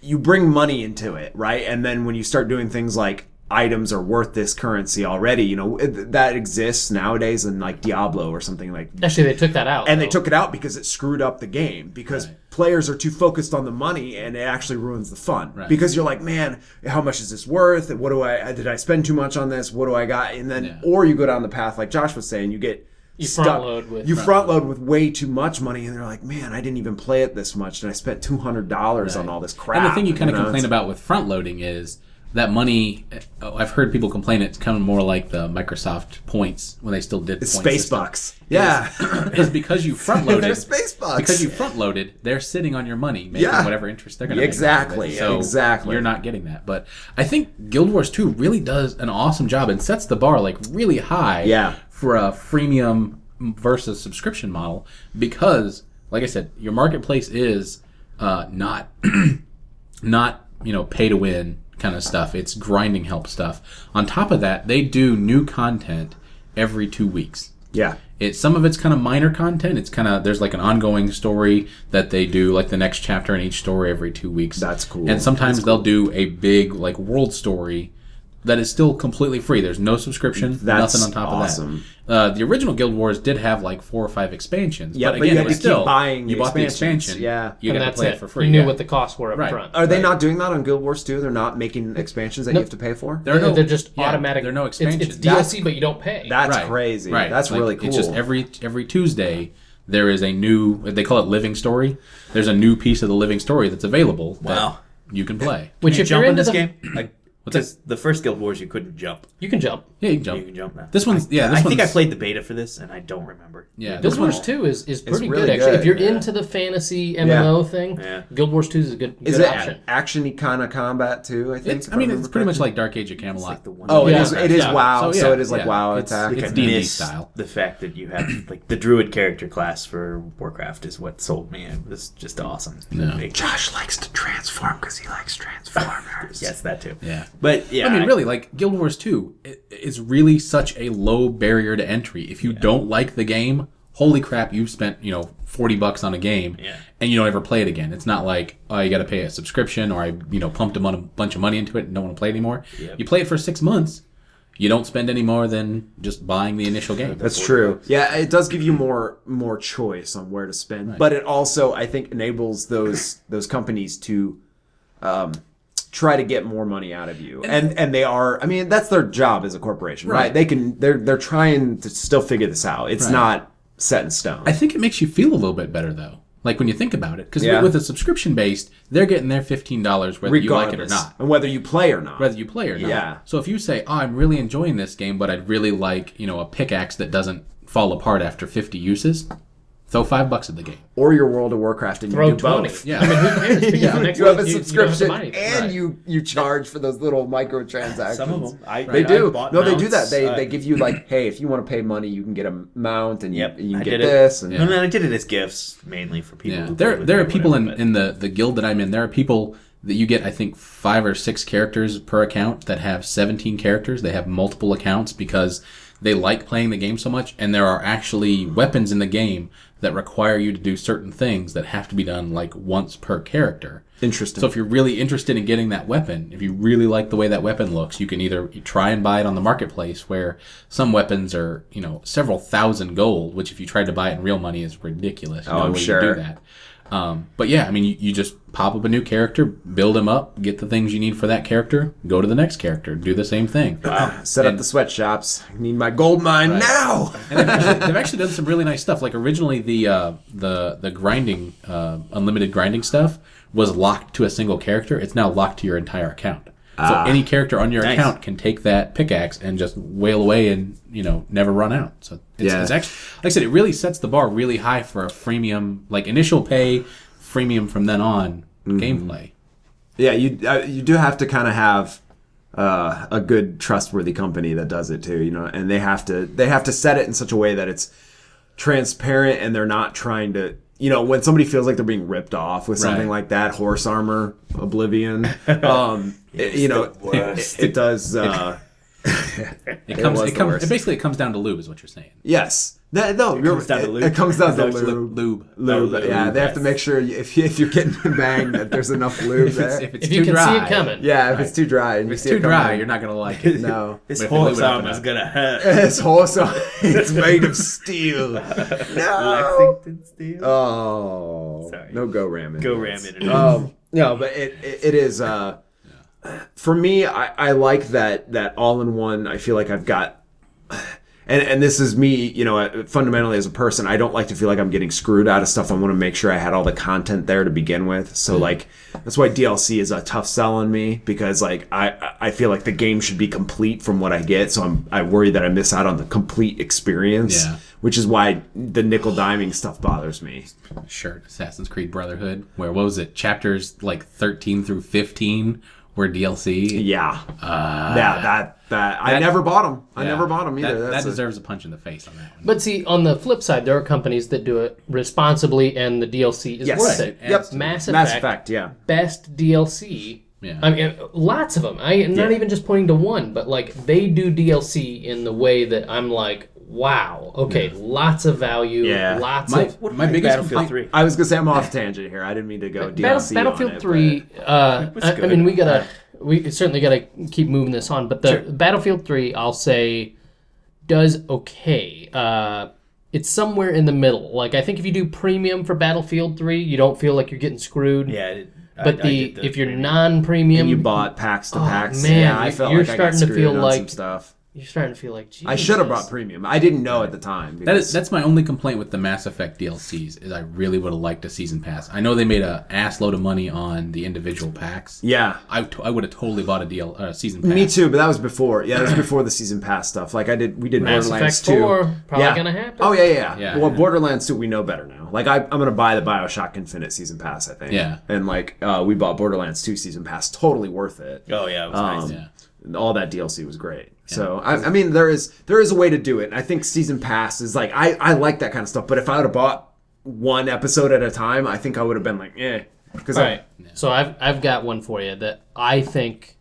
you bring money into it right and then when you start doing things like items are worth this currency already you know it- that exists nowadays in like diablo or something like
Actually, they took that out.
and they
Oh.
though.
took it out because it screwed up the game because players are too focused on the money and it actually ruins the fun because you're like man how much is this worth and what do i did i spend too much on this what do i got and then or you go down the path like josh was saying you get you
front load with-
you front load with way too much money and they're like man i didn't even play it this much and i spent $200 on all this crap
And the thing you kind of
know,
complain
it's-
about with front loading is that money. oh, I've heard people complain it's kind of more like the Microsoft points when they still did
it's
point
space
system.
bucks yeah
is because you front loaded.
They're space bucks.
Because you front loaded, they're sitting on your money, making
Yeah.
whatever interest they're going to
Exactly,
Make off of it. So
exactly.
You're not getting that. But I think Guild Wars 2 really does an awesome job and sets the bar like really high
Yeah.
for a freemium versus subscription model because, like I said, your marketplace is uh, not not you know pay to win kind of stuff it's grinding help stuff on top of that they do new content every two weeks
yeah
it some of it's kind of minor content it's kind of there's like an ongoing story that they do like the next chapter in each story every two weeks
That's cool.
and sometimes they'll do a big like world story that is still completely free there's no subscription
That's
nothing on top
awesome.
of that uh, the original guild wars did have like four or five expansions
Yeah,
but,
but you
again
had
it was
to keep
still
buying
you
the
bought the
expansions.
expansion
Yeah.
you
and
got to
that's
play
it.
it for free
You knew
yeah.
what the costs were up
Right.
front.
are they not doing that on guild wars 2 they're not making expansions that you have to pay for
There are no-
they're just
yeah,
automatic.
there are no
it's- It's,
expansions.
DLC, but you don't pay.
that's crazy that's
Like,
really cool
It's just every every Tuesday there is a new they call it living story. There's a new piece of the living story that's available.
Wow.
That you can play.
Which
you
if you're
jump in
into
this
the,
game? I, because the first Guild Wars, you couldn't jump.
you can jump.
Yeah, you can jump.
You can jump now.
Oh. This one's yeah. This
I think I
one's-
played the beta for this, and I don't remember.
Yeah,
Guild
this
Wars
one's-
Two is, is pretty
really
good actually.
good,
If you're
yeah.
into the fantasy MMO thing,
Yeah.
Guild Wars Two is a good,
Is
good
it
option.
actiony kind of combat too? I think.
It's,
if
I mean,
remember
it's pretty much
correctly.
like Dark Age of Camelot.
Like the one.
Oh, it
Yeah.
is. It is
Yeah.
WoW. So,
So, yeah,
it is like
yeah.
WoW
It's-
attack.
it's
I
D&D
miss
style.
The fact that you have like the druid character class for Warcraft is what sold me. It was just awesome. Like,
Josh likes to transform because he likes Transformers.
yes, that too.
Yeah.
but yeah,
I mean, really, like Guild Wars 2 it, it's really such a low barrier to entry. If you don't like the game, holy crap, you've spent, you know, 40 bucks on a game
Yeah.
and you don't ever play it again. It's not like, oh, you got to pay a subscription or I, you know, pumped a mon- bunch of money into it and don't want to play it anymore. You play it for six months, you don't spend any more than just buying the initial game.
That's true. Yeah, it does give you more more choice on where to spend, but it also I think enables those those companies to um, try to get more money out of you. And and they are I mean, that's their job as a corporation, right?
Right.
They can they're they're trying to still figure this out. It's not set in stone.
I think it makes you feel a little bit better though. Like when you think about it, because
Yeah.
with a subscription based, they're getting their fifteen dollars whether you like it or
Regardless,
not.
And whether you play or not.
whether you play or not.
Yeah.
So if you say, "Oh, I'm really enjoying this game, but I'd really like, you know, a pickaxe that doesn't fall apart after 50 uses," throw five bucks at the game.
or your World of Warcraft and you
Throw
do
twenty.
both.
Yeah.
I mean, who cares? Because
Yeah,
the next
you have
one,
a
you- you don't
subscription
have the money.
and you you charge for those little microtransactions.
some of them. I,
They
I
do. No,
bought
they do that.
mounts,
They
uh,
they give you like, hey, if you want to pay money, you can get a mount and you,
Yep,
and you
I
can get
did it.
this. And
No, no, I did it as gifts mainly for people.
Yeah.
who
There,
played with
there
me
are
or
people
whatever,
in, in the, the guild that I'm in. There are people that you get, I think, five or six characters per account that have 17 characters. They have multiple accounts because they like playing the game so much, and there are actually weapons in the game that require you to do certain things that have to be done like once per character.
Interesting.
So if you're really interested in getting that weapon, if you really like the way that weapon looks, you can either try and buy it on the marketplace where some weapons are, you know, several thousand gold, which if you tried to buy it in real money is ridiculous.
Oh,
no
I'm
way you
sure.
do that. Um, but yeah, I mean, you, you just pop up a new character, build him up, get the things you need for that character, go to the next character, do the same thing.
Set up the sweatshops. I need my gold mine now.
And they've actually, they've actually done some really nice stuff. Like originally, the uh, the the grinding uh, unlimited grinding stuff was locked to a single character. It's now locked to your entire account. so any character on your
Nice.
account can take that pickaxe and just wail away and you know never run out. So it's,
Yeah.
it's actually like I said, it really sets the bar really high for a freemium like initial pay, freemium from then on gameplay.
Yeah, you uh, you do have to kind of have uh, a good trustworthy company that does it too, you know, and they have to they have to set it in such a way that it's transparent and they're not trying to you know, when somebody feels like they're being ripped off with something
Right.
like that, horse armor, Oblivion, um, it- you know,
the
it,
worst.
it does. Uh,
It comes.
was
It,
the
comes
worst.
it basically it comes down to lube, is what you're saying.
yes, that, no, it
comes down to lube.
It, comes down to
It's li-
lube.
lube.
Lube,
Oh,
yeah, they have to
yes.
make sure you- if you, if you're getting banged that there's enough lube
If it's,
there.
if it's
If you
too
can
dry,
see it coming,
yeah, if it's too dry, and you
If it's
see it
too dry,
coming-
you're not gonna like it.
no.
This
But if
whole
we leave it up
time is
enough-
gonna hurt.
It's horse armor. It's made of steel. No.
Lexington Steel.
Oh,
Sorry.
no go ramming.
Go ram it.
Oh,
Um, no, but it, it, it is. Uh, for me, I, I like that that all in one. I feel like I've got, and and this is me. You know, uh, fundamentally as a person, I don't like to feel like I'm getting screwed out of stuff. I want to make sure I had all the content there to begin with. So like, that's why DLC is a tough sell on me because like I I- I feel like the game should be complete from what I get. So I'm I worry that I miss out on the complete experience.
Yeah.
Which is why the nickel diming stuff bothers me.
shirt Assassin's Creed Brotherhood, where what was it? Chapters like 13 through 15 were DLC.
Yeah.
Uh,
yeah, that that I
that-
never bought them. I
Yeah.
never bought them either.
That, that
That's a-
deserves a punch in the face on that one.
But see, on the flip side, there are companies that do it responsibly, and the DLC is
Yes.
worth it.
Right. Yep.
Mass Effect,
Mass Effect, yeah.
best DLC.
Yeah.
I mean, lots of them. I am not
Yeah.
even just pointing to one, but like they do DLC in the way that I'm like, wow, okay, lots of value,
Yeah.
lots
My,
of.
my biggest
Battlefield
complaint,
Three.
I was gonna say I'm off tangent here. I didn't mean to go DLC. on
Battlefield
it,
Three. Uh,
was
I, I
good.
mean, we gotta, we certainly gotta keep moving this on. But the Battlefield Three, I'll say, does okay. Uh, it's somewhere in the middle. Like I think if you do premium for Battlefield Three, you don't feel like you're getting screwed.
Yeah. it- I-
But
I
the,
did the
if you're
ram it.
non-premium,
but you bought packs to packs.
um, oh, man,
yeah, I
you-
felt
you're
like I got
starting to
screwed
feel
on some
like-
stuff.
you're starting to feel like. Jesus.
I should have bought premium. I didn't know at the time.
that
because-
is that's my only complaint with the Mass Effect DLCs is I really would have liked a season pass. I know they made a ass load of money on the individual packs.
yeah.
I, t- I would have totally bought a DL uh, season pass.
Me too, but that was before. Yeah, that was before the season pass stuff. Like I did, we did
Mass
Borderlands
Effect 4,
2.
probably
yeah.
gonna happen.
Oh yeah, yeah, yeah.
Yeah.
Well, Borderlands 2, we know better now. Like I, I'm gonna buy the Bioshock Infinite season pass. I think.
Yeah.
And like uh, we bought Borderlands 2 season pass, totally worth it.
Oh yeah, it was nice.
Um,
Yeah.
All that DLC was great. So I, I mean, there is there is a way to do it. And I think season pass is like I I like that kind of stuff. But if I would have bought one episode at a time, I think I would have been like, eh. Because
All right. So I've I've got one for you that I think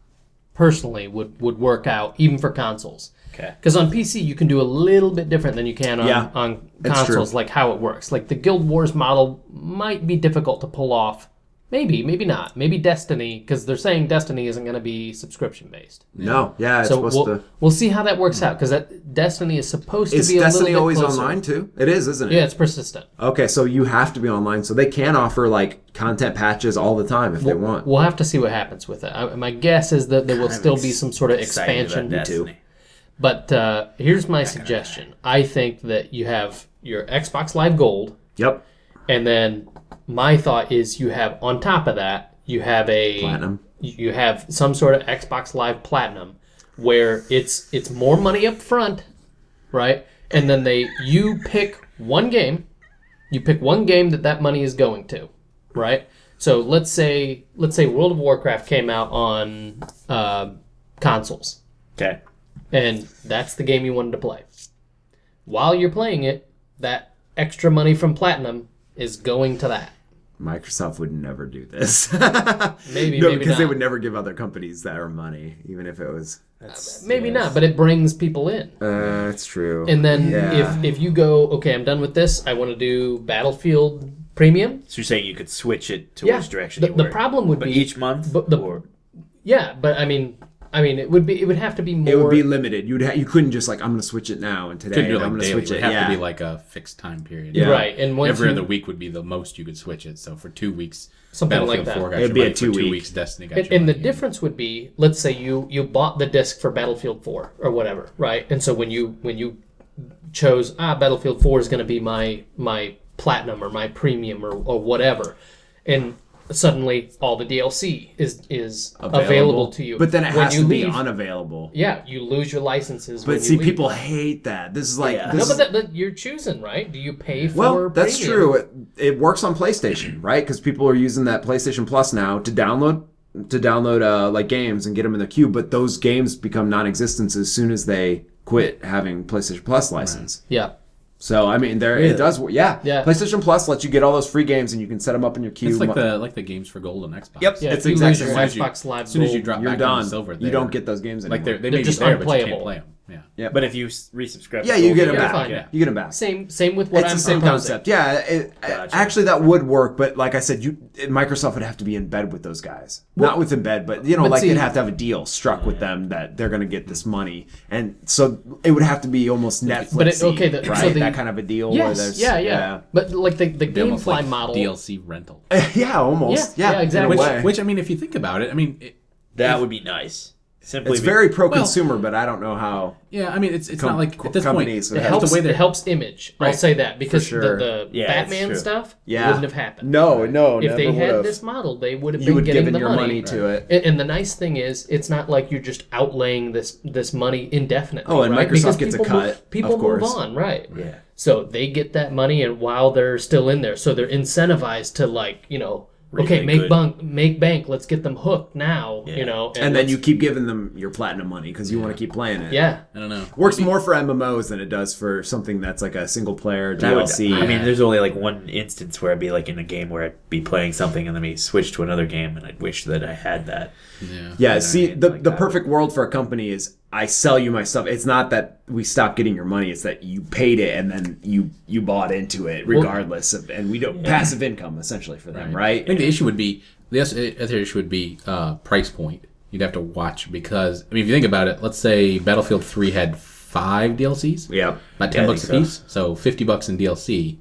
personally would would work out even for consoles.
Okay.
Because on PC you can do a little bit different than you can on,
Yeah,
on
it's
consoles, like how it works. Like the Guild Wars model might be difficult to pull off. Maybe, maybe not. Maybe Destiny, because they're saying Destiny isn't going to be subscription based.
no, yeah, it's
So
supposed
we'll,
to.
we'll see how that works out, because Destiny is supposed
Is
to be a
Destiny
little bit
always
closer.
online too? It is, isn't it?
Yeah, it's persistent.
Okay, so you have to be online, so they can offer like content patches all the time if they want.
We'll have to see what happens with it. I, my guess is that there will still be some sort of expansion. But uh, here's my suggestion. I think that you have your Xbox Live Gold,
yep.
and then my thought is you have on top of that you have a
Platinum.
You have some sort of Xbox Live Platinum, where it's it's more money up front, right? And then they you pick one game, you pick one game that that money is going to, right? So let's say let's say World of Warcraft came out on uh, consoles
Okay.
and that's the game you wanted to play. While you're playing it, that extra money from platinum is going to that.
Microsoft would never do this.
Maybe,
no,
maybe
because
not.
they would never give other companies their money, even if it was.
maybe not, but it brings people in.
Uh, that's true.
And then
Yeah.
if if you go, okay, I'm done with this. I want to do Battlefield Premium.
So you're saying you could switch it to
Yeah,
which direction
the,
you
the
were.
problem would
but
be
each month,
but the-
or
yeah, but I mean, I mean, it would be it would have to be more.
it would be limited. You'd ha- you couldn't just like I'm gonna switch it now and today
Couldn't do it
I'm
like
gonna
daily. It
switch
would
it.
have
yeah.
to be like a fixed time period.
Yeah.
right, and once
Every
you,
other week would be the most you could switch it. So for two weeks,
Something like
Battlefield
that.
4 got
It'd
your
be a
money. For
two week.
weeks, Destiny got
And,
your
and the
money.
difference would be, let's say you you bought the disc for Battlefield 4 or whatever, right? And so when you when you chose ah Battlefield 4 is going to be my my platinum or my premium or, or whatever, and suddenly all the DLC is is available, to you.
But then it
When
has
you
to be
leave,
unavailable.
yeah, you lose your licenses. when
But
you
see,
leave.
people hate that. This is like
Yeah.
No,
this
but
is
that, that you're choosing, right? Do you pay for?
Well, that's
premium?
true. It, it works on PlayStation, right? Because people are using that PlayStation Plus now to download to download uh, like games and get them in the queue. But those games become non-existent as soon as they quit having PlayStation Plus license.
Yeah.
So I mean, there it does. Yeah.
Yeah.
PlayStation Plus lets you get all those free games, and you can set them up in your queue.
It's like the like the games for gold on Xbox.
Yep.
Yeah,
It's
if you
exactly
lose your
right.
As soon as
Xbox Live
As soon as
Gold,
you drop
you're
back down
done.
to silver,
you don't get those games anymore.
like they're, they
They're
may
just
be there, but you can't
unplayable.
play them. Yeah.
yeah,
But if you s- resubscribe,
yeah, you
we'll
get them
you're
back.
fine.
Yeah. You get them back.
Same same with what
it's
I'm
the same
proposing.
concept. Yeah, it,
Gotcha.
actually, that would work. But like I said, you Microsoft would have to be in bed with those guys. Not with in bed, but you know,
But
like
see-
they'd have to have a deal struck with them that they're going to get this money, and so it would have to be almost Netflix.
But it- okay, the- so
right?
the-
that kind of a deal. where
Yes,
there's,
yeah, yeah, But like the the
They almost
GameFly
like
model,
DLC rental.
yeah, Yeah, almost.
Yeah,
Yeah,
yeah,
in a
exactly.
Which,
way.
which I mean, if you think about it, I mean, it,
that would be nice. Simply,
it's
be-
very pro-consumer, but I don't know how.
yeah, I mean, it's it's
Com-
not like at this
companies
point
would
it
have
it's
helps.
the way
it
they're
helps image. I'll
Right.
say that because
sure.
the, the
Yeah, that's
Batman
true.
stuff
Yeah.
wouldn't have happened.
No, no.
if they
never
had
would've.
this model, they would have
you
been
would
getting
give in
the
your money,
money.
to it.
And and the nice thing is, it's not like you're just outlaying this this money indefinitely.
Oh, and
right? Because
Microsoft gets a
people move-
cut,
people
of course.
move on, right?
Yeah.
So they get that money, and while they're still in there, so they're incentivized to like you know, okay,
Really
make
good.
bank, make bank. Let's get them hooked now. You
Yeah.
know,
And then
let's-
you keep giving them your platinum money because you want to keep playing it.
yeah.
I don't know.
Works more for MMOs than it does for something that's like a single player
I would-
DLC.
I mean, there's only like one instance where I'd be like in a game where I'd be playing something and then be switched to another game, and I'd wish that I had that.
Yeah.
yeah, see,
mean?
the,
Like,
the
I
perfect world for a company is I sell you my stuff. It's not that we stop getting your money; it's that you paid it and then you you bought into it, regardless of, and we don't passive income essentially for them,
I
right?
think the issue would be the other the other issue would be uh, price point. You'd have to watch because I mean, if you think about it, let's say Battlefield Three had five DLCs.
Yeah,
about ten
Yeah, I
bucks a
think so.
piece. So fifty bucks in DLC.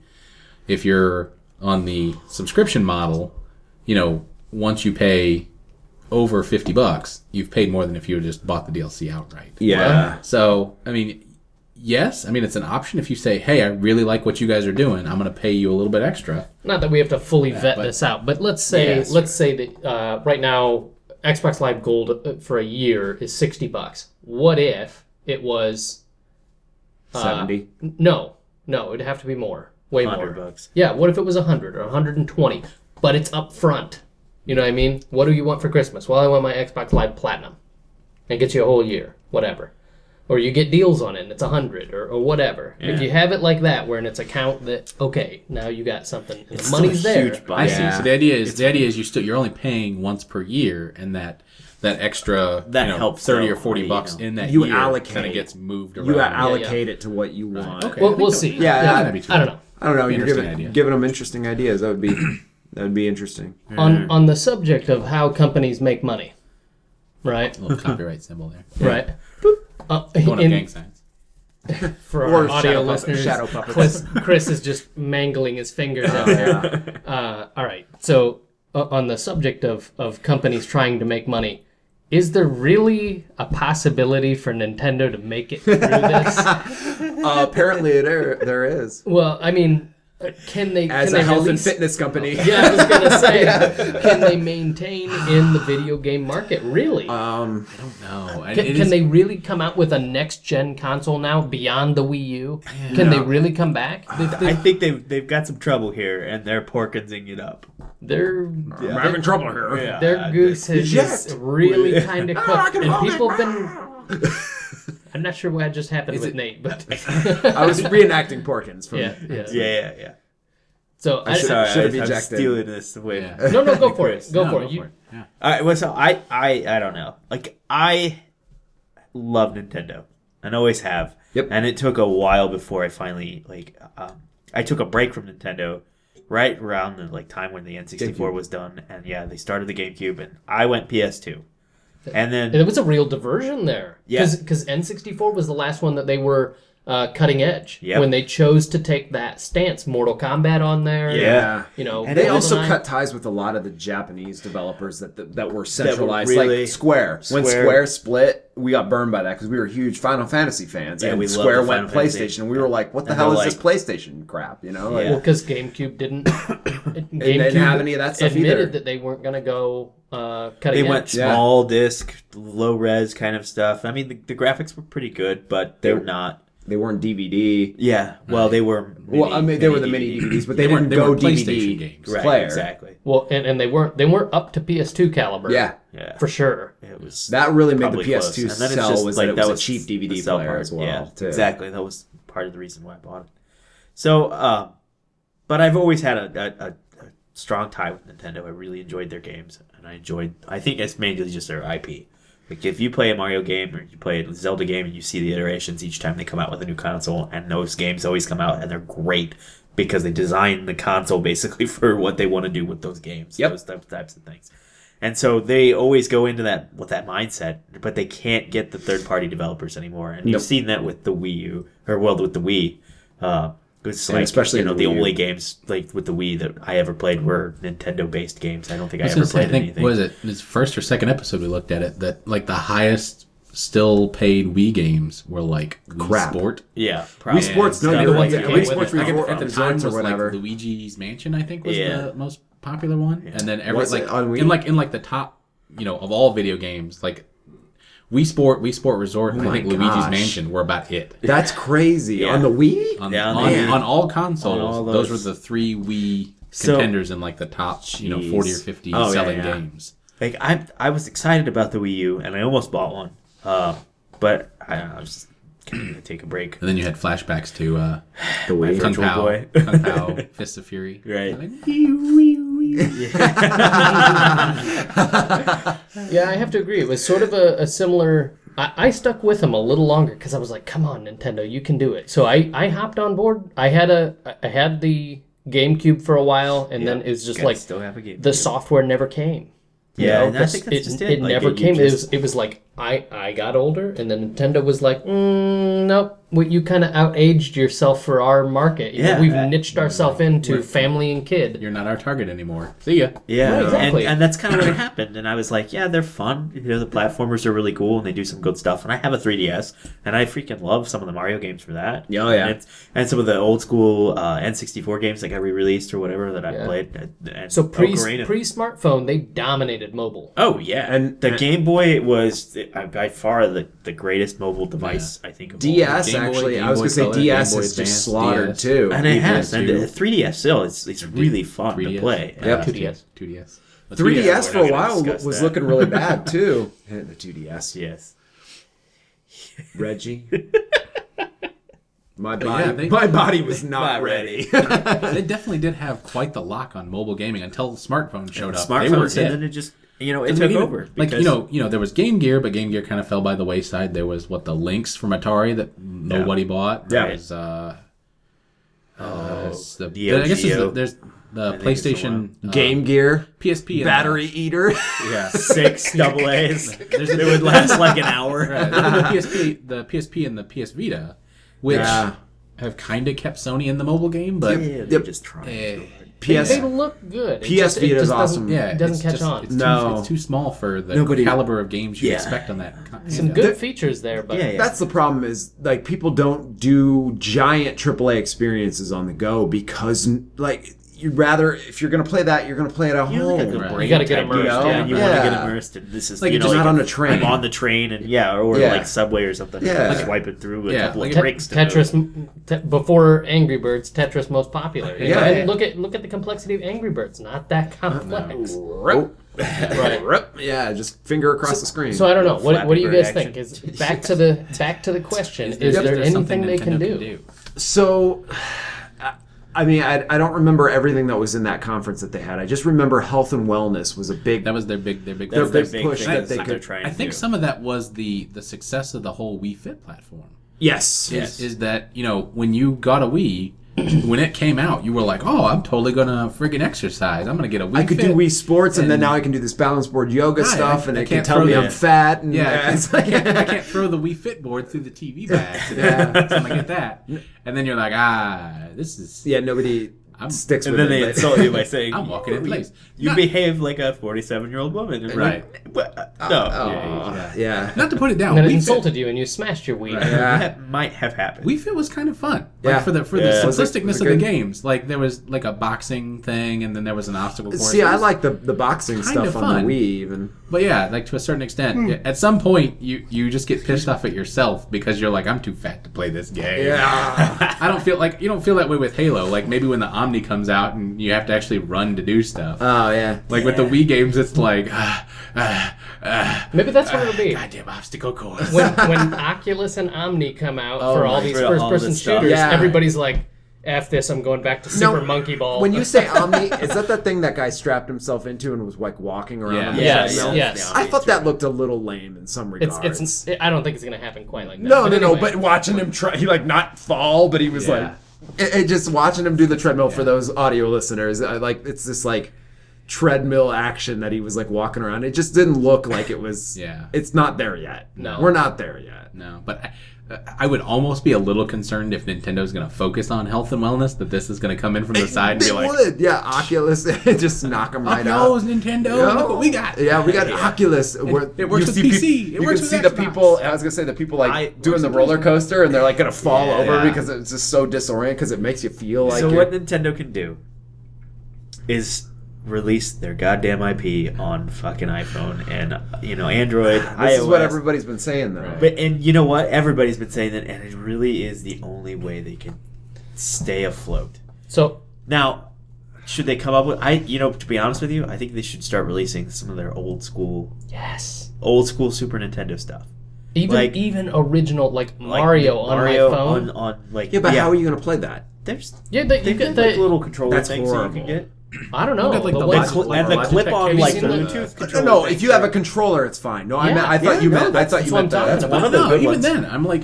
If you're on the subscription model, you know once you pay over fifty bucks, you've paid more than if you had just bought the DLC outright.
yeah.
So I mean, yes, I mean it's an option if you say, "Hey, I really like what you guys are doing. I'm going to pay you a little bit extra."
Not that we have to fully vet
but-
this out, but let's say
Yeah, sure.
let's say that uh, right now Xbox Live Gold uh, for a year is sixty bucks. What if it was
Seventy.
n- no, no? It'd have to be more, way more.
Hundred bucks.
Yeah, what if it was hundred or hundred and twenty? But it's up front. You know what I mean? What do you want for Christmas? Well, I want my Xbox Live Platinum, and gets you a whole year, whatever. Or you get deals on it, and it's a hundred or, or whatever. If you have it like that, where in its account that okay, now you got something, and the money's
still a
there.
huge buy.
I
Yeah.
see. So the idea is the idea is you still you're only paying once per year, and that that extra
That
you know,
helps,
thirty
though,
or forty
you
bucks
know.
in that
You
year
allocate.
kind of gets moved around.
You allocate it to what you want.
Okay.
Well,
I think
we'll
that-
see.
yeah,
I-
that'd be true.
I don't know.
I don't know. You're
Interesting
giving
idea.
giving them interesting ideas. That would be that would be interesting.
On on the subject of how companies make money, right?
Little copyright symbol there.
Right. Uh,
Going up
in-
gang signs.
for our
Or shadow
audio
puppet-
listeners,
shadow puppets.
Chris, Chris is just mangling his fingers out there. Uh, all right. So, uh, on the subject of, of companies trying to make money, is there really a possibility for Nintendo to make it through this?
Uh, apparently, there there is
well, I mean, uh, can they?
as
can
a
they
health and
release-
fitness company.
Yeah, I was gonna say, can they maintain in the video game market? Really?
Um,
No, and
Can,
it
can
is-
they really come out with a next gen console now beyond the Wii U? Can they really come back?
I think they've they've got some trouble here, and they're porkinsing it up. Uh,
Their
I'm having trouble here.
their goose has just
eject.
really kind of cooked,
can
and
hold
people
it.
have been. I'm not sure what just happened with Nate, but
I was reenacting Porkins from.
yeah, yeah.
Yeah, yeah, yeah.
So I,
should-
Sorry,
Should've
I, I'm
ejected.
stealing this away.
Yeah.
no, no, go for it, go
No,
for
go
it. You,
Yeah.
All right, well, so I, I, I don't know. Like I love Nintendo, and always have.
Yep.
And it took a while before I finally like. Um, I took a break from Nintendo, right around the like time when the N sixty four
GameCube.
was done, and yeah, they started the GameCube, and I went PS two, and then
There was a real diversion there.
Yeah.
Because N64 was the last one that they were uh, cutting edge.
Yep.
When they chose to take that stance, Mortal Kombat on there.
Yeah.
You know,
And
They
GoldenEye.
also cut ties with a lot of the Japanese developers that that, that were centralized,
really-
like Square. When
Square-
Square split, we got burned by that because we were huge Final Fantasy fans,
Yeah,
and
we love
Square
the
went
Final
PlayStation.
Fantasy.
We were like, "What the
And
hell is
they're
this PlayStation crap?" You know, like,
Yeah.
Well, because GameCube didn't. GameCube
have any of that stuff
admitted
either.
that they weren't going to go uh,
they
cutting
went
edge.
Yeah.
small disc, low res kind of stuff. I mean, the, the graphics were pretty good, but they were not.
they weren't DVD.
Yeah. Well, they were.
well, I mean, they were the mini DVDs, but they, didn't
weren't- they
go
weren't
DVD
PlayStation games.
Right.
player.
Exactly.
Well, and, and they weren't they weren't up to PS2 caliber.
Yeah,
Yeah.
for sure.
It was
that really made
probably
the PS2
close. And then it's
sell
just
was
like
that it was, a cheap
the
DVD
sell
player
part.
as well.
Yeah,
too.
exactly. That was part of the reason why I bought it. So, uh, but I've always had a, a, a, a strong tie with Nintendo. I really enjoyed their games, and I enjoyed. I think it's mainly just their IP. Like if you play a Mario game or you play a Zelda game, and you see the iterations each time they come out with a new console, and those games always come out and they're great because they design the console basically for what they want to do with those games,
Yep.
those type- types of things. And so they always go into that with that mindset, but they can't get the third party developers anymore. And
Nope.
you've seen that with the Wii U or well with the Wii. Uh, it's
And
like
especially
you know
the
the,
Wii U.
only games like with the Wii that I ever played were Nintendo based games. I don't think I,
I was
ever
gonna say,
played
I think
anything.
was it this first or second episode we looked at it that like the highest still paid Wii games were like Wii
Crap.
Sport.
Yeah,
Wii
probably.
Sports, no,
Yeah,
you're
the
right.
ones
Yeah,
that
Wii
came
Sports
with it.
Resort
At
At
and
the time
Times
was
or whatever.
like Luigi's Mansion, I think was
Yeah.
the most popular one, and then every
Was it
like
on Wii?
in like in like the top, you know, of all video games, like Wii Sport, Wii Sport Resort, and
Oh my
I think Luigi's
gosh.
Mansion were about it.
That's crazy.
Yeah.
On the Wii?
On,
Yeah,
on,
man.
on all consoles,
On all
those.
those.
were the three Wii
So-
contenders in like the top, you know,
Jeez.
forty or fifty
Oh, yeah,
selling
yeah.
games.
Like I, I was excited about the Wii U, and I almost bought one. Uh, but I, don't know, I was just gonna take a break.
And then you had flashbacks to uh,
The Wii.
Kung
Virtual
Pao,
Boy.
Kung Pao, Fist of Fury.
Right.
Like, "Wee, wee, wee."
Yeah, I have to agree. It was sort of a, a similar. I, I stuck with them a little longer because I was like, "Come on, Nintendo, you can do it." So I, I hopped on board. I had a I had the GameCube for a while, and then it was just
Gotta
like
still have a game.
the software never came. You
yeah,
know,
and I think that's
it,
just it.
it
Like,
never
you
came. It
just-
was it was like I I got older, and then Nintendo was like, mm, "Nope, well, you kind of outaged yourself for our market. You know,
Yeah,
we've
that-
niched ourselves into family and kid."
You're not our target anymore. See ya.
Yeah,
Right, exactly.
and, and that's kind of what it happened. And I was like, yeah, they're fun. You know, the platformers are really cool, and they do some good stuff. And I have a 3DS, and I freaking love some of the Mario games for that.
Yeah, oh, yeah.
and, it's, and some of the old school uh, N64 games that got re-released or whatever that I
Yeah.
played. And, and
So pre
Ocarina.
pre smartphone, they dominated mobile.
Oh yeah,
And-
and the
and-
Game Boy was the- uh, by far the, the greatest mobile device I think. Of all time.
DS,
Game Boy,
actually.
Game
I was
Boy
going to say
Color,
DS
Game Boy
is just
Advance,
slaughtered,
DS.
too.
and it
even
has,
the
and
two-
the 3DS still it's it's really fun to
3DS.
play. Uh,
Yeah,
Yep.
2DS.
2DS. But
3DS
we're
for
not
a
gonna
while
discuss
was
that.
looking really bad, too. And the 2DS.
Yes.
Reggie. My body,
yeah, they-
my body was not ready.
They definitely did have quite the lock on mobile gaming until smartphones showed up. They were
Smartphones,
it.
and then it just you know it
I mean,
took
even-
over.
Like
because-
you know, you know, there was Game Gear, but Game Gear kind of fell by the wayside. There was what the Lynx from Atari that nobody bought. There
Yeah.
was, uh, uh, it's the,
Oh, Neo
I guess it's
Geo.
the, there's the
think it's the
PlayStation uh,
Game Gear,
PSP and-
battery eater.
Yeah.
six double A's.
There's a-
They would last like an hour.
Right. the PSP, the PSP, and the PS Vita, which
Yeah.
have kind of kept Sony in the mobile game, but
Yeah, they're
Yep.
just trying.
eh,
They-
PS.
They look good. It
PS
just- it
Vita is
just
awesome.
doesn't-
yeah,
it doesn't
it's
catch
just-
on.
It's
No.
too, it's too small for the
Nobody-
caliber of games you
Yeah.
expect on that. con-
Some
handheld.
good features there, but
Yeah, yeah.
That's the problem is like people don't do giant AAA experiences on the go because like you'd rather if you're gonna play that you're gonna play it at
Oh, You know, like a
home.
brain
You gotta get
tag,
immersed,
You,
yeah.
know? you want to
Yeah.
get immersed, and this is
Like,
you
it's
know,
not
like,
on a train.
I'm on the train, and yeah, or
Yeah.
like subway or something.
Yeah.
Yeah, swiping through a
Yeah.
couple
Like
of
a-
drinks. to
Tetris te- before Angry Birds, Tetris most popular. you know?
Yeah.
and look at look at the complexity of Angry Birds. Not that complex.
Rip.
Right.
Rip. Yeah, just finger across the screen.
So I don't know. What, what do you
Flappy Bird
guys think? Is back to the back to the question: Is,
Yep.
there
There's
anything they
Nintendo
can do?
So, I- I mean, I, I don't remember everything that was in that conference that they had. I just remember health and wellness was a big.
That was their big, their big.
Their
That's their
big
big
push
thing
that
that's
they
what
could-
they're trying
I
to
think
do.
some of that was the the success of the whole Wii Fit platform.
yes.
Is, is that you know when you got a Wii, when it came out, you were like, oh, I'm totally gonna friggin' exercise. I'm gonna get a Wii.
I could do
Fit.
Wii sports, and, then
and-
now I can do this balance board yoga
Right,
stuff,
I-
and
I
it can
can't
tell
throw
me
that.
I'm fat. And
Yeah, I
it's
can't, I,
like,
can't, I can't throw the Wee Fit board through the TV bag. Today.
Yeah.
So I'm gonna get that, and then you're like, ah, this is.
yeah, nobody
I'm-
sticks
And then
with it.
they
but-
insult you by saying,
I'm walking in
"You-
place."
You
Not-
behave like a 47 year old woman, And
Right. oh.
like, But, uh, no,
Aw,
yeah,
yeah.
Not to put it down,
And then it
Wii
insulted you, and you smashed your Wii.
Right. Yeah.
that might have happened.
Fit, Wii Fit was kind of fun. Like
Yeah.
for the for
Yeah.
the
Was it-
simplisticness
was
of
it
the
good?
games, like there was like a boxing thing, and then there was an obstacle course.
See,
It
I
was-
like the, the boxing
kinda
stuff on
fun.
the Wii, even.
But yeah, like to a certain extent,
Hmm.
yeah, at some point you you just get pissed off at yourself because you're like, I'm too fat to play this game.
Yeah.
I don't feel like you don't feel that way with Halo. Like maybe when the Omni comes out and you have to actually run to do stuff.
oh, yeah.
like with the Wii games, it's like, ah, ah, ah,
Maybe that's what it'll be.
goddamn obstacle course.
When when Oculus and Omni come out for all
my-
these
for all
first person
this stuff.
shooters,
Yeah.
everybody's like, F this, I'm going back to Super Monkey Ball.
When you say Omni, is that that thing that guy strapped himself into and was like walking around?
Yeah.
on the
Yes,
treadmill?
yes.
I thought that looked a little lame in some regards.
it's, it's, I don't think it's going to happen quite like that.
no, no, no.
anyway.
But watching him try, he like not fall, but he was
Yeah.
like, it, it just watching him do the treadmill for those audio listeners. I, like it's this like treadmill action that he was like walking around. It just didn't look like it was.
Yeah.
it's not there yet.
No.
we're not there yet.
No, but I, I would almost be a little concerned if Nintendo's going to focus on health and wellness that this is going to come in from the side and
They
be like,
would, yeah. Oculus, just knock him
"Up
right out.
knows Nintendo,
Yeah.
look what we got."
Yeah, we got Oculus. Where
it works
you
with
see peop-
PC. It
you
works
can
with
see the
Xbox.
people. I was gonna say the people like
I-
doing the roller coaster, and they're like gonna fall
Yeah.
over
Yeah.
because it's just so disoriented because it makes you feel like.
so
you're-
what Nintendo can do is release their goddamn IP on fucking iPhone and you know Android.
this
iOS.
is what everybody's been saying though.
Right.
But and you know what? Everybody's been saying that, and it really is the only way they can stay afloat.
so
Now, should they come up with? I you know to be honest with you, I think they should start releasing some of their old school,
yes,
old school Super Nintendo stuff.
even
Like-
even original like
Like
Mario on
Mario
my phone.
on, on like
Yeah, but how are you going to play that?
There's
yeah, the, you
they've
get
got
the
like little controller
That's
things that you
horrible.
can get.
I don't know
got, like,
the
the
ones-
And,
Logitech-
cl- and the
Logitech,
clip-on
have you
like
seen
that?
Bluetooth
No,
controller.
no,
things
if you have a
that-
controller, it's fine. No, I
Yeah.
meant I thought
Yeah,
you
no,
meant I
that's
thought you
what I'm
meant that.
talking
That's
about.
fine.
One of the
no,
good
even
ones.
then, I'm like,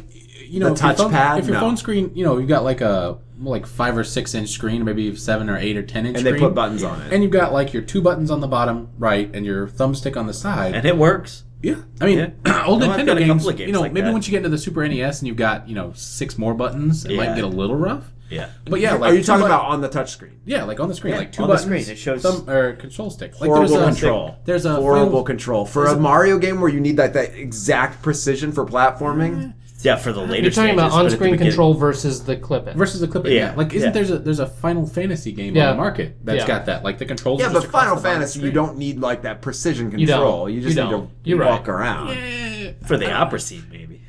you know,
The
if your, phone,
touchpad?
if your
No.
phone screen, you know, you've got like a like five or six inch screen, maybe seven or eight or ten inch,
And they
screen,
put buttons on it.
and you've got like your two buttons on the bottom right and your thumbstick on the side.
and it works.
yeah, I mean,
Yeah.
old
No, I've got
Nintendo
a
games,
couple of games
You know,
like
maybe
that.
once you get into the Super NES and you've got you know six more buttons, it
Yeah.
might get a little rough.
Yeah.
But yeah, like
Are you
two
talking
buttons-
about on the touchscreen?
Yeah, like on the screen, like two
on the
buttons.
screen, it shows-
thumb or control stick. Like
Horrible
there's a,
control.
There's a
Horrible
Final-
control for a Mario game where you need like that exact precision for platforming.
Yeah, for the later.
You're talking about
stages, but at the
on-screen
beginning-
control versus the clip it.
versus the clip. Yeah,
Yeah,
like isn't
yeah.
there's a there's a Final Fantasy game
Yeah.
on the market that's
Yeah.
got that? Like the controls.
Yeah,
are
but
just across
Final
the bottom
Fantasy, you
screen.
don't need like that precision
You don't.
control. You,
You
just need to
don't. You're right.
walk around.
Eh,
for the opera scene, maybe.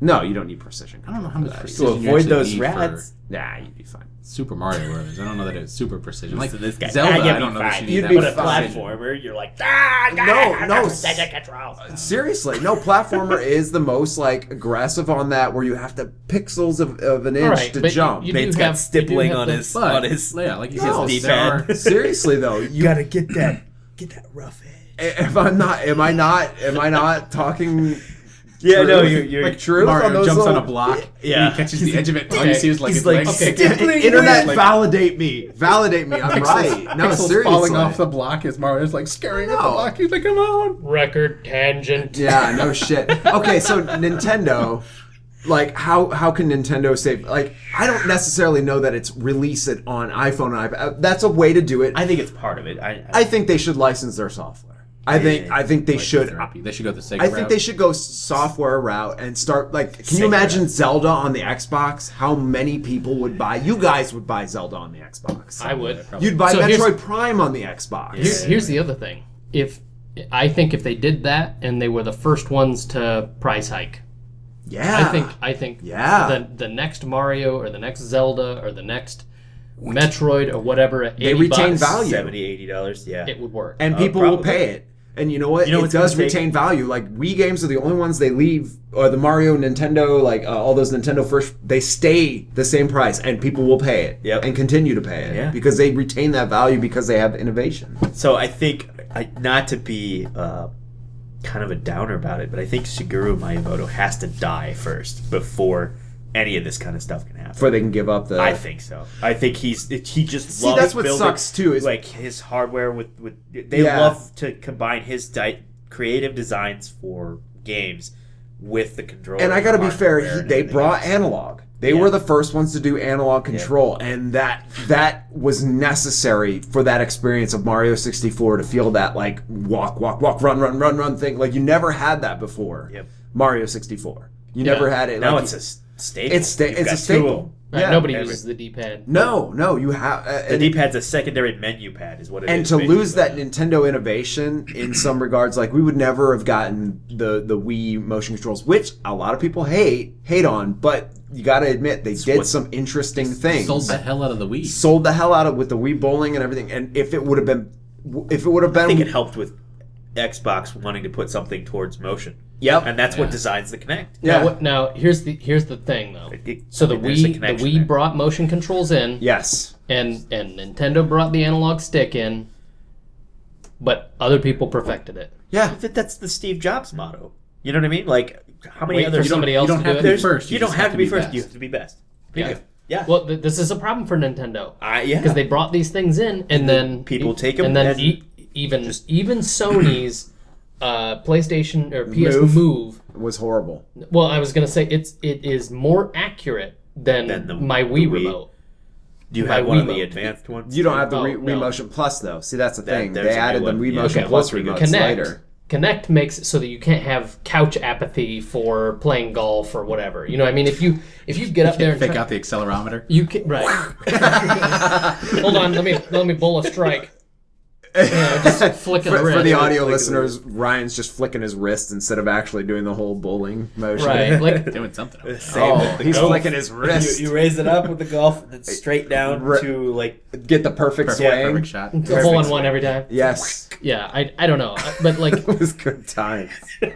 No, you don't need precision
I don't
control.
know how much
To
precision you
avoid
actually
those
need
rats.
for
Nah, you'd be fine.
Super Mario Brothers. I don't know that it's super precision. Like
to this guy.
Zelda,
Ah, you'd
I don't
be
know that you
fine.
need
You'd
that
be
much
But a
fine.
precision.
platformer, you're like, ah,
No, no.
control.
Seriously, no platformer is the most like aggressive on that, where you have to pixels of, of an inch
right,
to
but
jump.
you do
Bates
have- you
got
do
stippling
have
on
the-
his
But
on his.
yeah, like you
No,
said, there
Stefan.
are
Seriously though, you
gotta get that, get that rough edge.
if I'm not, am I not, am I not talking?
Yeah, no,
truth?
you're, you're
like truth. on
Mario
those
jumps on
little-
a block.
Yeah.
and he catches the edge of it. and All you
Okay.
see is like
He's
his
like,
legs
okay.
Internet,
Like-
validate me, validate me. I'm right. No,
Pixels
seriously.
falling off the block as Mario's like scurrying up the
No.
block. He's like, "Come on!"
Record tangent.
Yeah, no shit. Okay, so Nintendo, like, how how can Nintendo save? Like, I don't necessarily know that it's release it on iPhone and iPad. That's a way to do it. I,
I think it's part of it. I, I,
I think they should license their software. I think I think they should.
Therapy. They should go the Sega
I think
route.
they should go s- software route and start like. Can you imagine Zelda on the Xbox? How many people would buy? You guys would buy Zelda on the Xbox.
I would.
You'd buy
So here's-
Metroid Prime on the Xbox.
Here- here's the other thing. If I think if they did that and they were the first ones to price hike,
yeah,
Ah.
I think I think
Yeah.
the the next Mario or the next Zelda or the next Metroid or whatever at
They
80
retain
bucks,
value.
70 80 dollars. Yeah,
It would work.
and
Uh,
people will
probably.
pay it. And you know what?
You know
it
what's gonna
does
take-
retain value. Like Wii games are the only ones they leave, or the Mario, Nintendo, like uh, all those Nintendo first, they stay the same price, and people will pay it
Yep.
and continue to pay it
Yeah.
because they retain that value because they have innovation.
So I think, I, not to be uh, kind of a downer about it, but I think Shigeru Miyamoto has to die first before any of this kind of stuff can happen.
Before they can give up the.
I think so. I think he's it- he just
Uh, See,
loves
that's what
building,
sucks, too, is-
like his hardware with with they
Yeah.
love to combine his di- creative designs for games with the controller.
and I got to be fair,
hardware
he,
and
they
everything
brought
else.
analog. They
Yeah.
were the first ones to do analog control, and that that was necessary for that experience of Mario 64 to feel that like walk, walk, walk, run, run, run, run thing. Like you never had that before.
Yep.
Mario 64. You
Yeah.
never had it.
now
like,
it's a s- staple.
it's sta-
You've
it's
got
a
two of
staple.
them.
Right,
Yeah.
Nobody
every-
uses the D-pad.
No, no, you have. Uh,
The
and-
D pad's a secondary menu pad, is what it is.
and to
basically.
lose that Nintendo innovation in some regards, like we would never have gotten the the Wii motion controls, which a lot of people hate hate on, but you got to admit they did
what-
some interesting things.
sold the hell out of the Wii.
Sold the hell out of with the Wii bowling and everything. And if it would have been, if it would have
I think it
been,
helped with Xbox wanting to put something towards motion.
Yep.
and that's what designs the Connect.
Now,
Yeah.
what- now here's the here's the thing though. So the
There's
Wii
a
the
connection
Wii
there.
brought motion controls in,
Yes.
and and Nintendo brought the analog stick in, but other people perfected it.
Yeah.
That- that's the Steve Jobs motto. You know what I mean? Like, how many
Wait
other
for somebody else
you
to
don't
do
have
it.
to be
There's-
first.
You, don't
just
have, to be, first.
best.
You have to be best. There you
Yeah.
go. Yeah.
Well, th- this is a problem for Nintendo
I yeah.
because they brought these things in, and then
people
e-
take 'em
and then
and
e- even even Sony's uh, PlayStation or PS
Move.
Move.
It was horrible.
Well, I was gonna say it's it is more accurate than,
Than the-
my
the
Wii,
Wii.
remote.
Do you
By
have one of
Wiimote.
the advanced ones?
You don't have the
Oh,
Re-
no.
Remotion Plus though. See, that's the thing.
there's
They
a new
added the
one. Yeah.
Remotion
Okay,
Plus
well,
remotes
Connect.
later.
Connect makes it so that you can't have couch apathy for playing golf or whatever. You know, what I mean, if you if you get up there and
Fake
try-
out the accelerometer.
you can right. Hold on, let me let me bowl a strike. You know, just flick a
For,
wrist.
for the audio listeners, Ryan's just flicking his wrist instead of actually doing the whole bowling motion.
right? Like
Doing something. over there.
Same
Oh,
with the
he's
golf.
flicking his wrist.
You, you raise it up with the golf and then straight down
Right.
to like
Get the perfect
Perfect,
swing.
perfect shot.
a hole in one every time.
Yes.
Yeah, I, I don't know, but like
it was good times.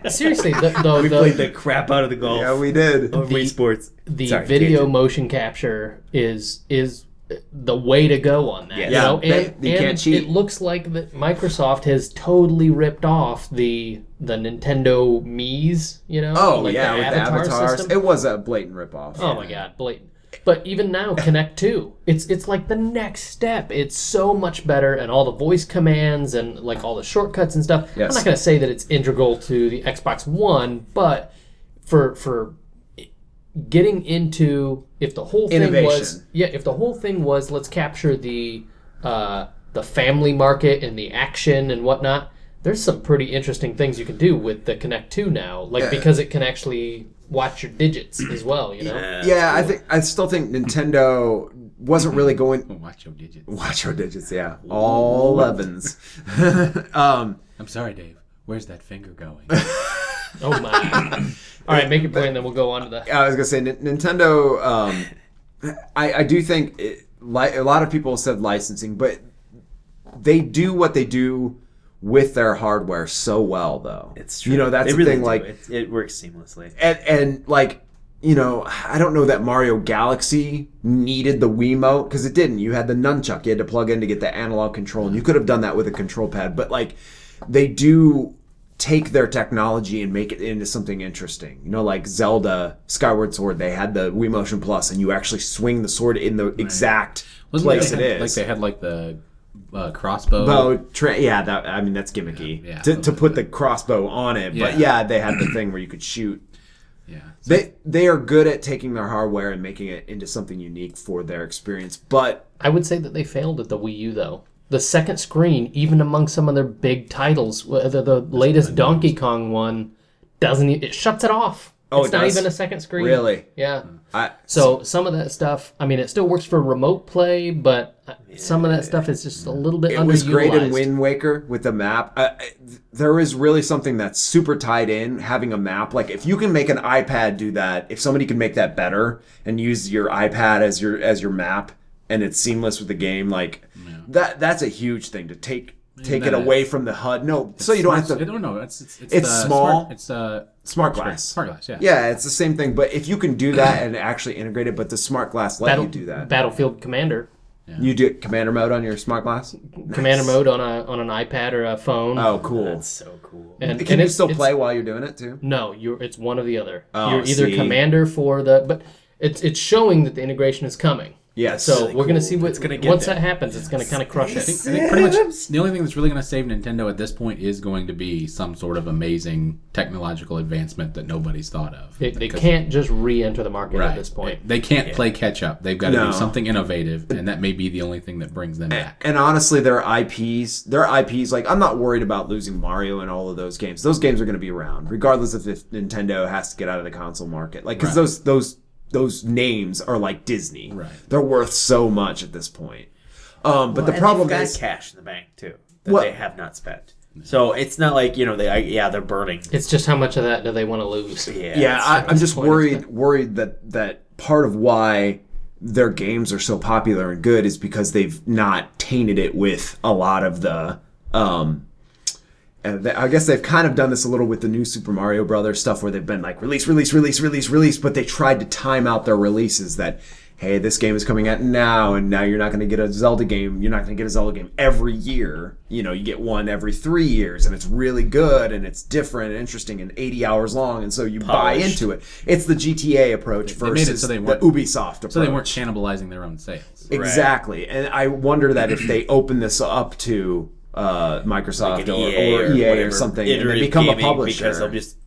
seriously, the the,
we
the,
played the crap out of the golf.
Yeah, we did.
on Wii
The-
Sports.
the
Sorry,
video
tangent.
motion capture is is the way to go on that.
Yeah.
You know?
Yeah, they-
and,
you
and
can't cheat.
It looks like that Microsoft has totally ripped off the the Nintendo Mii's. You know,
Oh
like
yeah,
the
with
avatar
the avatars,
system.
it was a blatant ripoff.
oh my god, blatant. But even now, Connect Two, it's it's like the next step. It's so much better, and all the voice commands and like all the shortcuts and stuff.
Yes.
I'm not gonna say that it's integral to the Xbox One, but for for getting into if the whole thing was
Innovation.
yeah if the whole thing was let's capture the uh, the family market and the action and whatnot there's some pretty interesting things you can do with the connect 2 now like because it can actually watch your digits as well you know
Yeah, I think I still think Nintendo wasn't really going
Watch your digits.
watch your digits. Yeah, all elevens. um,
I'm sorry, Dave. Where's that finger going?
oh my all right make your point and then we'll go on to the
I was gonna say N- Nintendo. Um, I, I do think it, li- a lot of people said licensing, but they do what they do with their hardware so well, though.
It's true.
You know that's
They
the
really
thing.
do.
Like
it, it works seamlessly.
and and like you know i don't know that mario galaxy needed the wiimote because it didn't you had the nunchuck you had to plug in to get the analog control and you could have done that with a control pad but like they do take their technology and make it into something interesting you know like zelda skyward sword they had the wii motion plus and you actually swing the sword in the exact
Wasn't
place
they
it
had,
is
Like they had like the uh, crossbow.
bow tra- yeah that i mean that's gimmicky
Yeah, yeah,
to, to
something
put the crossbow on it but
Yeah.
yeah they had the thing where you could shoot
Yeah. So
They they are good at taking their hardware and making it into something unique for their experience. But
I would say that they failed at the Wii U though. The second screen, even among some of their big titles, wh- the, the latest Donkey Kong one, doesn't e- it shuts it off?
Oh,
it's
it
not
does?
even a second screen.
Really? Hmm.
Yeah.
I
So some of that stuff, I mean, it still works for remote play, but uh, some of that stuff is just a little bit
it
underutilized.
was great in Wind Waker with the map. Uh, there is really something that's super tied in having a map. Like if you can make an iPad do that, if somebody can make that better and use your iPad as your as your map and it's seamless with the game, like that that's a huge thing to take take it
that-
away from the HUD. No, so you don't have
I
to
don't know. It's it's, it's,
It's
the
small.
Smart, it's uh,
smart glass.
smart glass. Yeah.
Yeah, it's the same thing. But if you can do that and actually integrate it, but the smart glass let
Battle-
you do that.
Battlefield Commander,
You do commander mode on your smart glass.
Commander mode on a on an iPad or a phone.
Oh, cool.
That's so cool.
and, and
Can you
it's-
still
it's- Mm.
play while you're doing it too?
No, you're it's one or the other.
Oh,
you're either
see.
commander for the but it's it's showing that the integration is coming.
Yes.
So we're gonna
cool.
see what
It's gonna get
once
there.
that happens, it's gonna kind of crush
I think,
it.
I think pretty much the only thing that's really going to save Nintendo at this point is going to be some sort of amazing technological advancement that nobody's thought of.
They, they
Because-
can't just re-enter the market
Right.
at this point.
They can't play catch up. They've got to
No.
do something innovative, and that may be the only thing that brings them back.
and honestly, their IPs, their IPs, like I'm not worried about losing Mario and all of those games. Those games are going to be around, regardless of if Nintendo has to get out of the console market. Like because
Right.
those those those names are like Disney.
Right.
They're worth so much at this point. Um, but
Well,
the
and
problem
they've got
is,
cash in the bank too that
Well-
they have not spent. So it's not like you know they I, yeah they're burning.
It's just how much of that do they want to lose?
Yeah,
yeah, I, I'm just
disappointing.
worried worried that that part of why their games are so popular and good is because they've not tainted it with a lot of the um and they, I guess they've kind of done this a little with the new Super Mario Brothers stuff, where they've been like release, release, release, release, release, but they tried to time out their releases that. Hey, this game is coming out now, and now you're not going to get a Zelda game. You're not going to get a Zelda game every year. You know, you get one every three years, and it's really good, and it's different, and interesting, and 80 hours long, and so you buy
Polished.
into it. It's the GTA approach
made it
versus
so they
the
weren't-
Ubisoft approach.
So they weren't cannibalizing their own sales.
Exactly, and I wonder that if they open this up to uh, Microsoft
an
or,
EA
or
or,
EA or
whatever,
something, and they
iterative
become a
gaming,
publisher,
because they'll just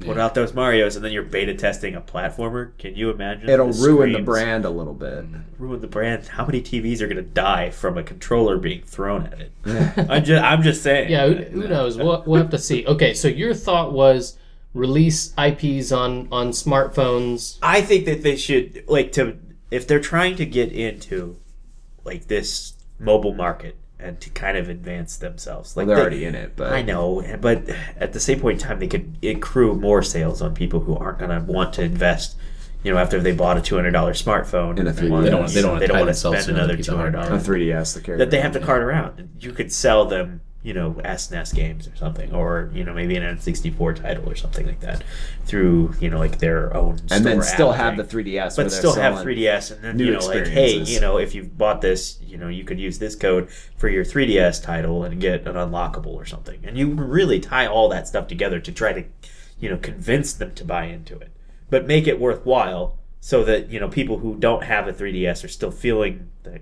put out those Mario's and then you're beta testing a platformer. Can you imagine?
it'll
the Mm.
ruin the
screams?
brand a little bit.
Ruin the brand. How many TVs are going to die from a controller being thrown at it? I'm just, I'm just saying.
Yeah, who, who knows? We'll, we'll have to see. Okay, so your thought was release IPs on on smartphones.
I think that they should like to if they're trying to get into like this mobile market and to kind of advance themselves. Like
They're
they-
already in it, but
I know, but at the same point in time, they could accrue more sales on people who aren't going to want to invest. You know, after they bought a two hundred dollar smartphone,
And a
they
3DS. They don't
wanna- they don't wanna tie
want to
themselves
spend
to another
another
piece
two
of
hundred
hardware.
a
dollars
3DS, the character
that they have to cart around. You could sell them, you know, SNES games or something, or you know, maybe an N64 title or something like that through you know like their own
and
store
then
app
still have
thing
the 3DS, where
but
they're
still have
selling-
3ds and then
new
you know like hey
experiences.
you know if you've bought this you know you could use this code for your 3ds title and get an unlockable or something and you really tie all that stuff together to try to you know convince them to buy into it but make it worthwhile so that you know people who don't have a 3ds are still feeling the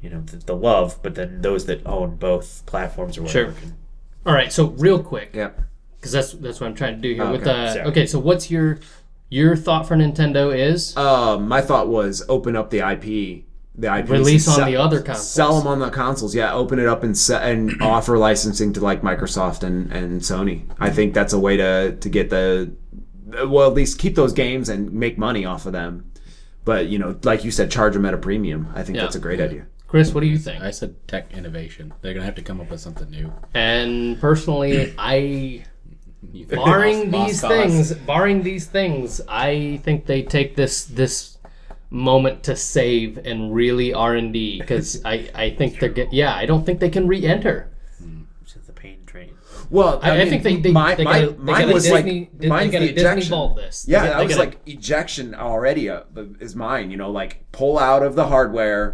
you know the, the love but then those that own both platforms or whatever
Sure.
can
All right, so real quick,
Yep.
because that's that's what I'm trying to do here. with
okay,
uh,
sorry.
okay, so what's your your thought for Nintendo is
Um, my thought was open up the IP, the IP
Release on the other consoles.
sell them on the consoles. Yeah, open it up and se- and offer licensing to like Microsoft and and Sony. I think that's a way to to get the well, at least keep those games and make money off of them. But you know, like you said, charge them at a premium. I think
Yeah.
that's a great idea.
Chris? What do you think?
I said tech innovation. They're gonna have to come up with something new.
And personally, I
You-
barring
Lost-
these
lost cause.
things, barring these things, I think they take this this moment to save and really R and D because I I think they're get, yeah I don't think they can re-enter.
the pain train
Well,
I, I think they they,
my,
they
my,
got a, they
mine
got a
was
Disney,
like
Di- they
mine's
got
the
a Disney
ejection.
vault this.
Yeah,
they,
I
they
was
got a-
like ejection already uh, is mine. You know, like pull out of the hardware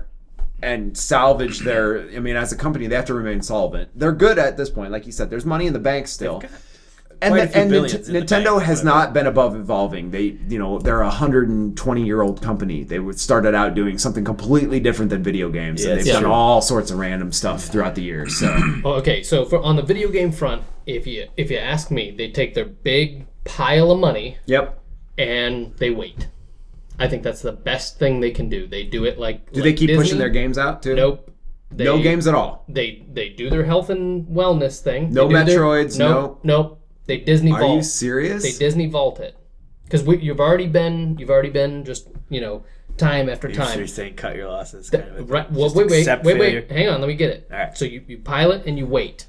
and salvage their. I mean, as a company, they have to remain solvent. They're good at this point, like you said. There's money in the bank still. And,
quite a
the-
few
and
billions
Nint-
in the
Nintendo
bank,
has
but-
not been above evolving. They, you know, they're a 120 year old company. They would- started out doing something completely different than video games,
Yeah,
and they've
it's
done
true.
all sorts of random stuff throughout the years. So
Oh, okay, so for on the video game front, if you if you ask me, they take their big pile of money
yep.
and they wait. I think that's the best thing they can do. They do it like
Do they keep pushing their games out too?
Nope. They,
No games at all.
They they do their health and wellness thing.
No
They do their-
Metroids,
Nope. Nope. They Disney
Are
vault.
you serious?
They Disney vault it because you've already been you've already been just you know time after time.
you're saying cut your losses kind of a
Right.
thing.
Well,
Just
wait, wait,
accept
wait,
failure.
wait. Hang on. Let me get it.
All right.
So you, you pilot and you wait.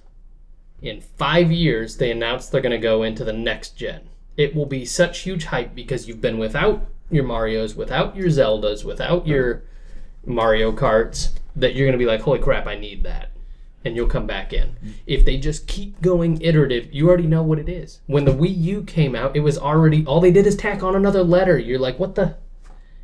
In five years, they announce they're going to go into the next gen. It will be such huge hype because you've been without your Mario's, without your Zeldas, without your Mario Karts, that you're going to be like, holy crap, I need that. And you'll come back in. If they just keep going iterative, you already know what it is. When the Wii U came out, it was already, all they did is tack on another letter. You're like, what the?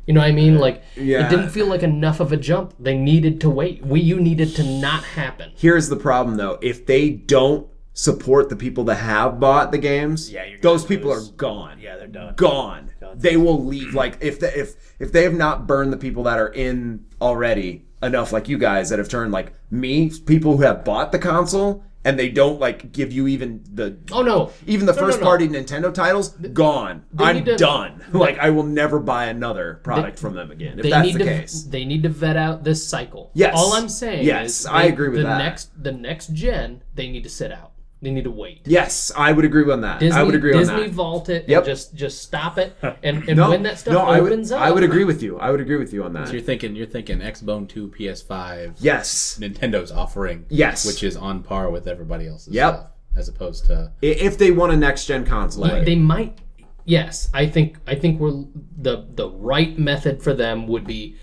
You know what I mean? Like,
Yeah.
it didn't feel like enough of a jump. They needed to wait. Wii U needed to not happen.
Here's the problem though: if they don't support the people that have bought the games,
Yeah, you're gonna
those people
lose.
are gone.
yeah they're done
gone. They will leave. Like if the, if if they have not burned the people that are in already enough, like you guys that have turned like me, people who have bought the console and they don't like give you even the
Oh no!
even the
No, no,
first
no.
party Nintendo titles gone. I'm
need to-
done. like I will never buy another product from them again if
They
that's
need
the
to
case.
they need to vet out this cycle.
Yes.
All I'm saying
Yes,
is
I
they-
agree with
the
that.
next the next gen they need to sit out. They need to wait.
Yes, I would agree on that.
Disney,
I would agree
Disney
on that.
vault it
Yep.
and just just stop it and, and
no,
when that stuff
no, I would,
opens up
I would agree with you. I would agree with you on
So you're
that.
thinking you're thinking Xbone 2, PS5,
Yes.
Nintendo's offering,
Yes.
which is on par with everybody else's.
Yep.
stuff, as opposed to
I- If they want a next gen console.
They- they might yes i think i think we're the the right method for them would be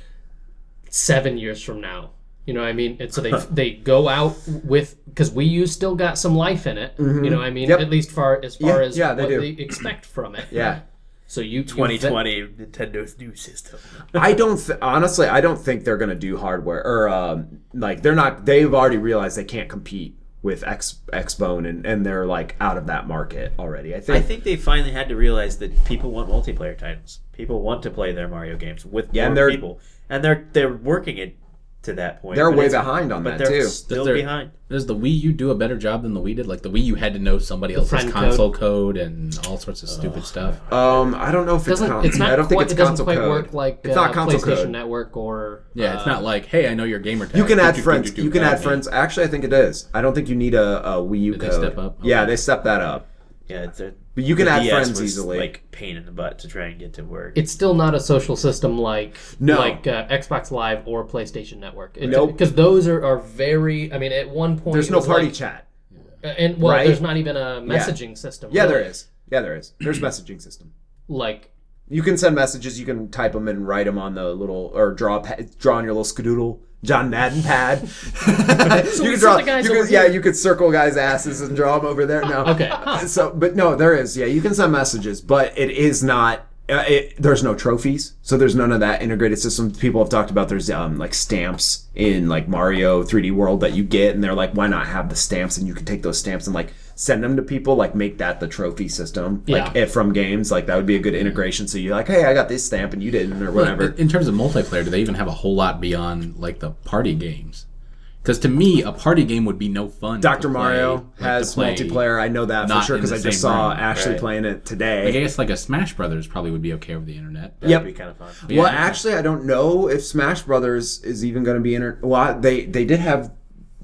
seven years from now You know what I mean? And so they they go out with because Wii U still got some life in it. You know what I mean?
Mm-hmm. Yep.
At least far as far
Yeah,
as
yeah, they
what
do.
they expect from it.
Yeah.
So you you fit-
2020 Nintendo's new system.
I don't th- honestly. I don't think they're gonna do hardware or um, like they're not. They've already realized they can't compete with X Xbone, and and they're like out of that market already. I think.
I think they finally had to realize that people want multiplayer titles. People want to play their Mario games with
Yeah,
more
and they're-
people, and they're they're working it to that point.
they're
but
way
it's-
behind on
but
that
they're
too.
still
They're-
behind.
Does the Wii U do a better job than the Wii did? Like the Wii U had to know somebody else's
friend code.
console code. and all sorts of stupid stuff.
Um, I don't know if it's.
doesn't
Con-
it's not
I don't
quite,
think it's
it doesn't
console
quite
code.
work like
it's
uh,
not console
PlayStation
code.
Network or
Yeah, it's
uh,
not like, hey, I know your gamer tag.
You can
Do,
add
do, do,
friends.
do, do,
you can
code
add
me.
friends. Actually, I think it is. I don't think you need a, a Wii U
Did they
code.
step up?
Yeah,
Okay.
they step that up.
Yeah, they're-
But you can
the
add
DS
friends
was,
easily.
Like pain in the butt to try and get to work.
it's still not a social system like
No.
like uh, Xbox Live or PlayStation Network. It,
Nope.
Because those are, are very. I mean, at one point
There's
it
no
was
party
like-
chat.
uh, and well,
right?
there's not even a messaging system.
Yeah, there
really.
is. Yeah, there is. There's messaging system.
Like
You can send messages. You can type them and write them on the little or draw a pa- draw on your little skadoodle. John Madden pad. you
we
can
sent
draw.
the guys
you
over
can, yeah,
here.
you could circle guys' asses and draw them over there. No,
Okay.
So, but no, there is. Yeah, you can send messages, but it is not. Uh, it, there's no trophies, so there's none of that integrated system. People have talked about there's um, like stamps in like Mario 3D World that you get, and they're like, why not have the stamps? And you can take those stamps and like send them to people, like make that the trophy system, like
Yeah.
it, from games. Like that would be a good integration. So you're like, hey, I got this stamp and you didn't, or whatever.
In terms of multiplayer, do they even have a whole lot beyond like the party games? Because to me, a party game would be no fun. to
Dr.
play-
Mario
like, to
has
play-
multiplayer. I know that for
not
sure
in
because
the
I just
same
saw
room,
Ashley
right.
playing it
I
today.
guess like a Smash Brothers probably would be okay over the internet.
That'd
yep.
be kind of fun.
Yeah.
Well, actually, I don't know if Smash Brothers is even going to be inter. Well, they they did have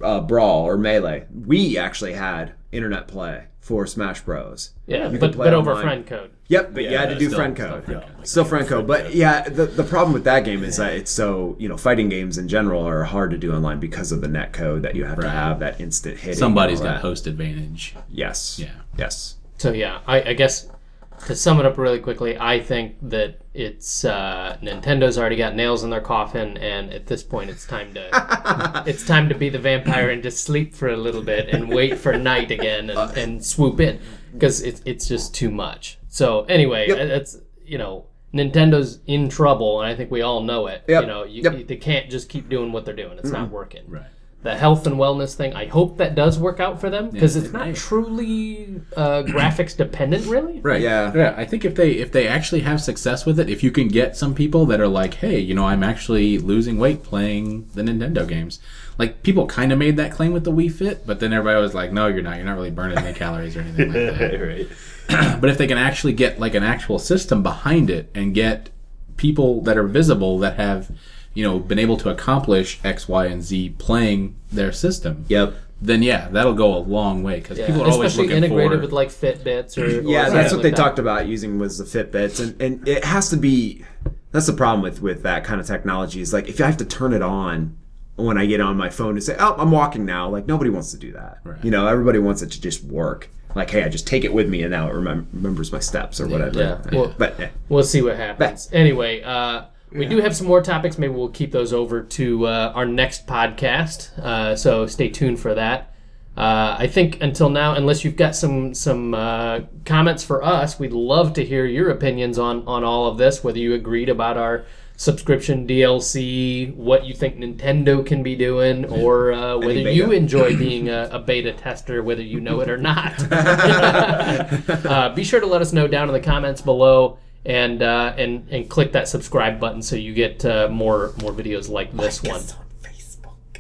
uh, Brawl or Melee. We actually had internet play for Smash Bros.
yeah,
You
but
could play
but over
online.
friend code.
Yep, but you
Yeah,
had to do
still-
friend
still
code.
friend
Yeah.
code.
Still friend code, but yeah, the, the problem with that game is that it's so you know fighting games in general are hard to do online because of the net code that you have to have that instant hitting.
Somebody's
and all
got
that.
host advantage.
Yes.
Yeah.
Yes.
So yeah, I, I guess to sum it up really quickly, I think that it's uh, Nintendo's already got nails in their coffin, and at this point, it's time to it's time to be the vampire and just sleep for a little bit and wait for night again and, and swoop in because it's it's just too much. So anyway, that's you know. Nintendo's in trouble, and I think we all know it.
Yep.
You know, you,
Yep.
they can't just keep doing what they're doing; it's not working. Right. The health and wellness thing, I hope that does work out for them because it's not truly uh, graphics dependent, really.
Right.
Yeah.
Yeah. I think if they if they actually have success with it, if you can get some people that are like, hey, you know, I'm actually losing weight playing the Nintendo games. Like people kind of made that claim with the Wii Fit, but then everybody was like, no, you're not. You're not really burning any calories or anything like that.
right.
But if they can actually get like an actual system behind it and get people that are visible that have, you know, been able to accomplish X, Y, and Z playing their system.
Yep.
Then yeah, that'll go a long way because
Yeah.
people are always
Especially
looking
integrated
for.
with like Fitbits or, or
Yeah,
something
that's what
like
they
that.
talked about using was the Fitbits, and and it has to be. That's the problem with with that kind of technology is like if I have to turn it on when I get on my phone and say, "Oh, I'm walking now," like nobody wants to do that. You know, everybody wants it to just work. Like, hey, I just take it with me, and now it remem- remembers my steps or whatever.
Yeah. Well-
but eh.
We'll see what happens. Anyway, uh, we do have some more topics. Maybe we'll keep those over to uh, our next podcast. Uh, so stay tuned for that. Uh, I think until now, unless you've got some some uh, comments for us, we'd love to hear your opinions on on all of this. Whether you agreed about our subscription DLC, what you think Nintendo can be doing, or uh, whether
beta.
you enjoy being a, a beta tester, whether you know it or not. uh, be sure to let us know down in the comments below and uh, and and click that subscribe button so you get uh, more more videos like this one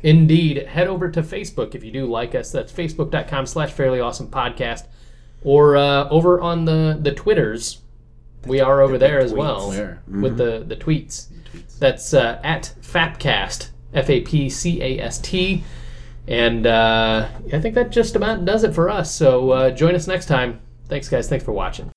indeed head over to facebook if you do like us that's facebook.com slash fairly awesome podcast or uh, over on the the twitters we are over there as well
Where?
with the the tweets that's uh, at fapcast f-a-p-c-a-s-t and uh, i think that just about does it for us so uh, join us next time thanks guys thanks for watching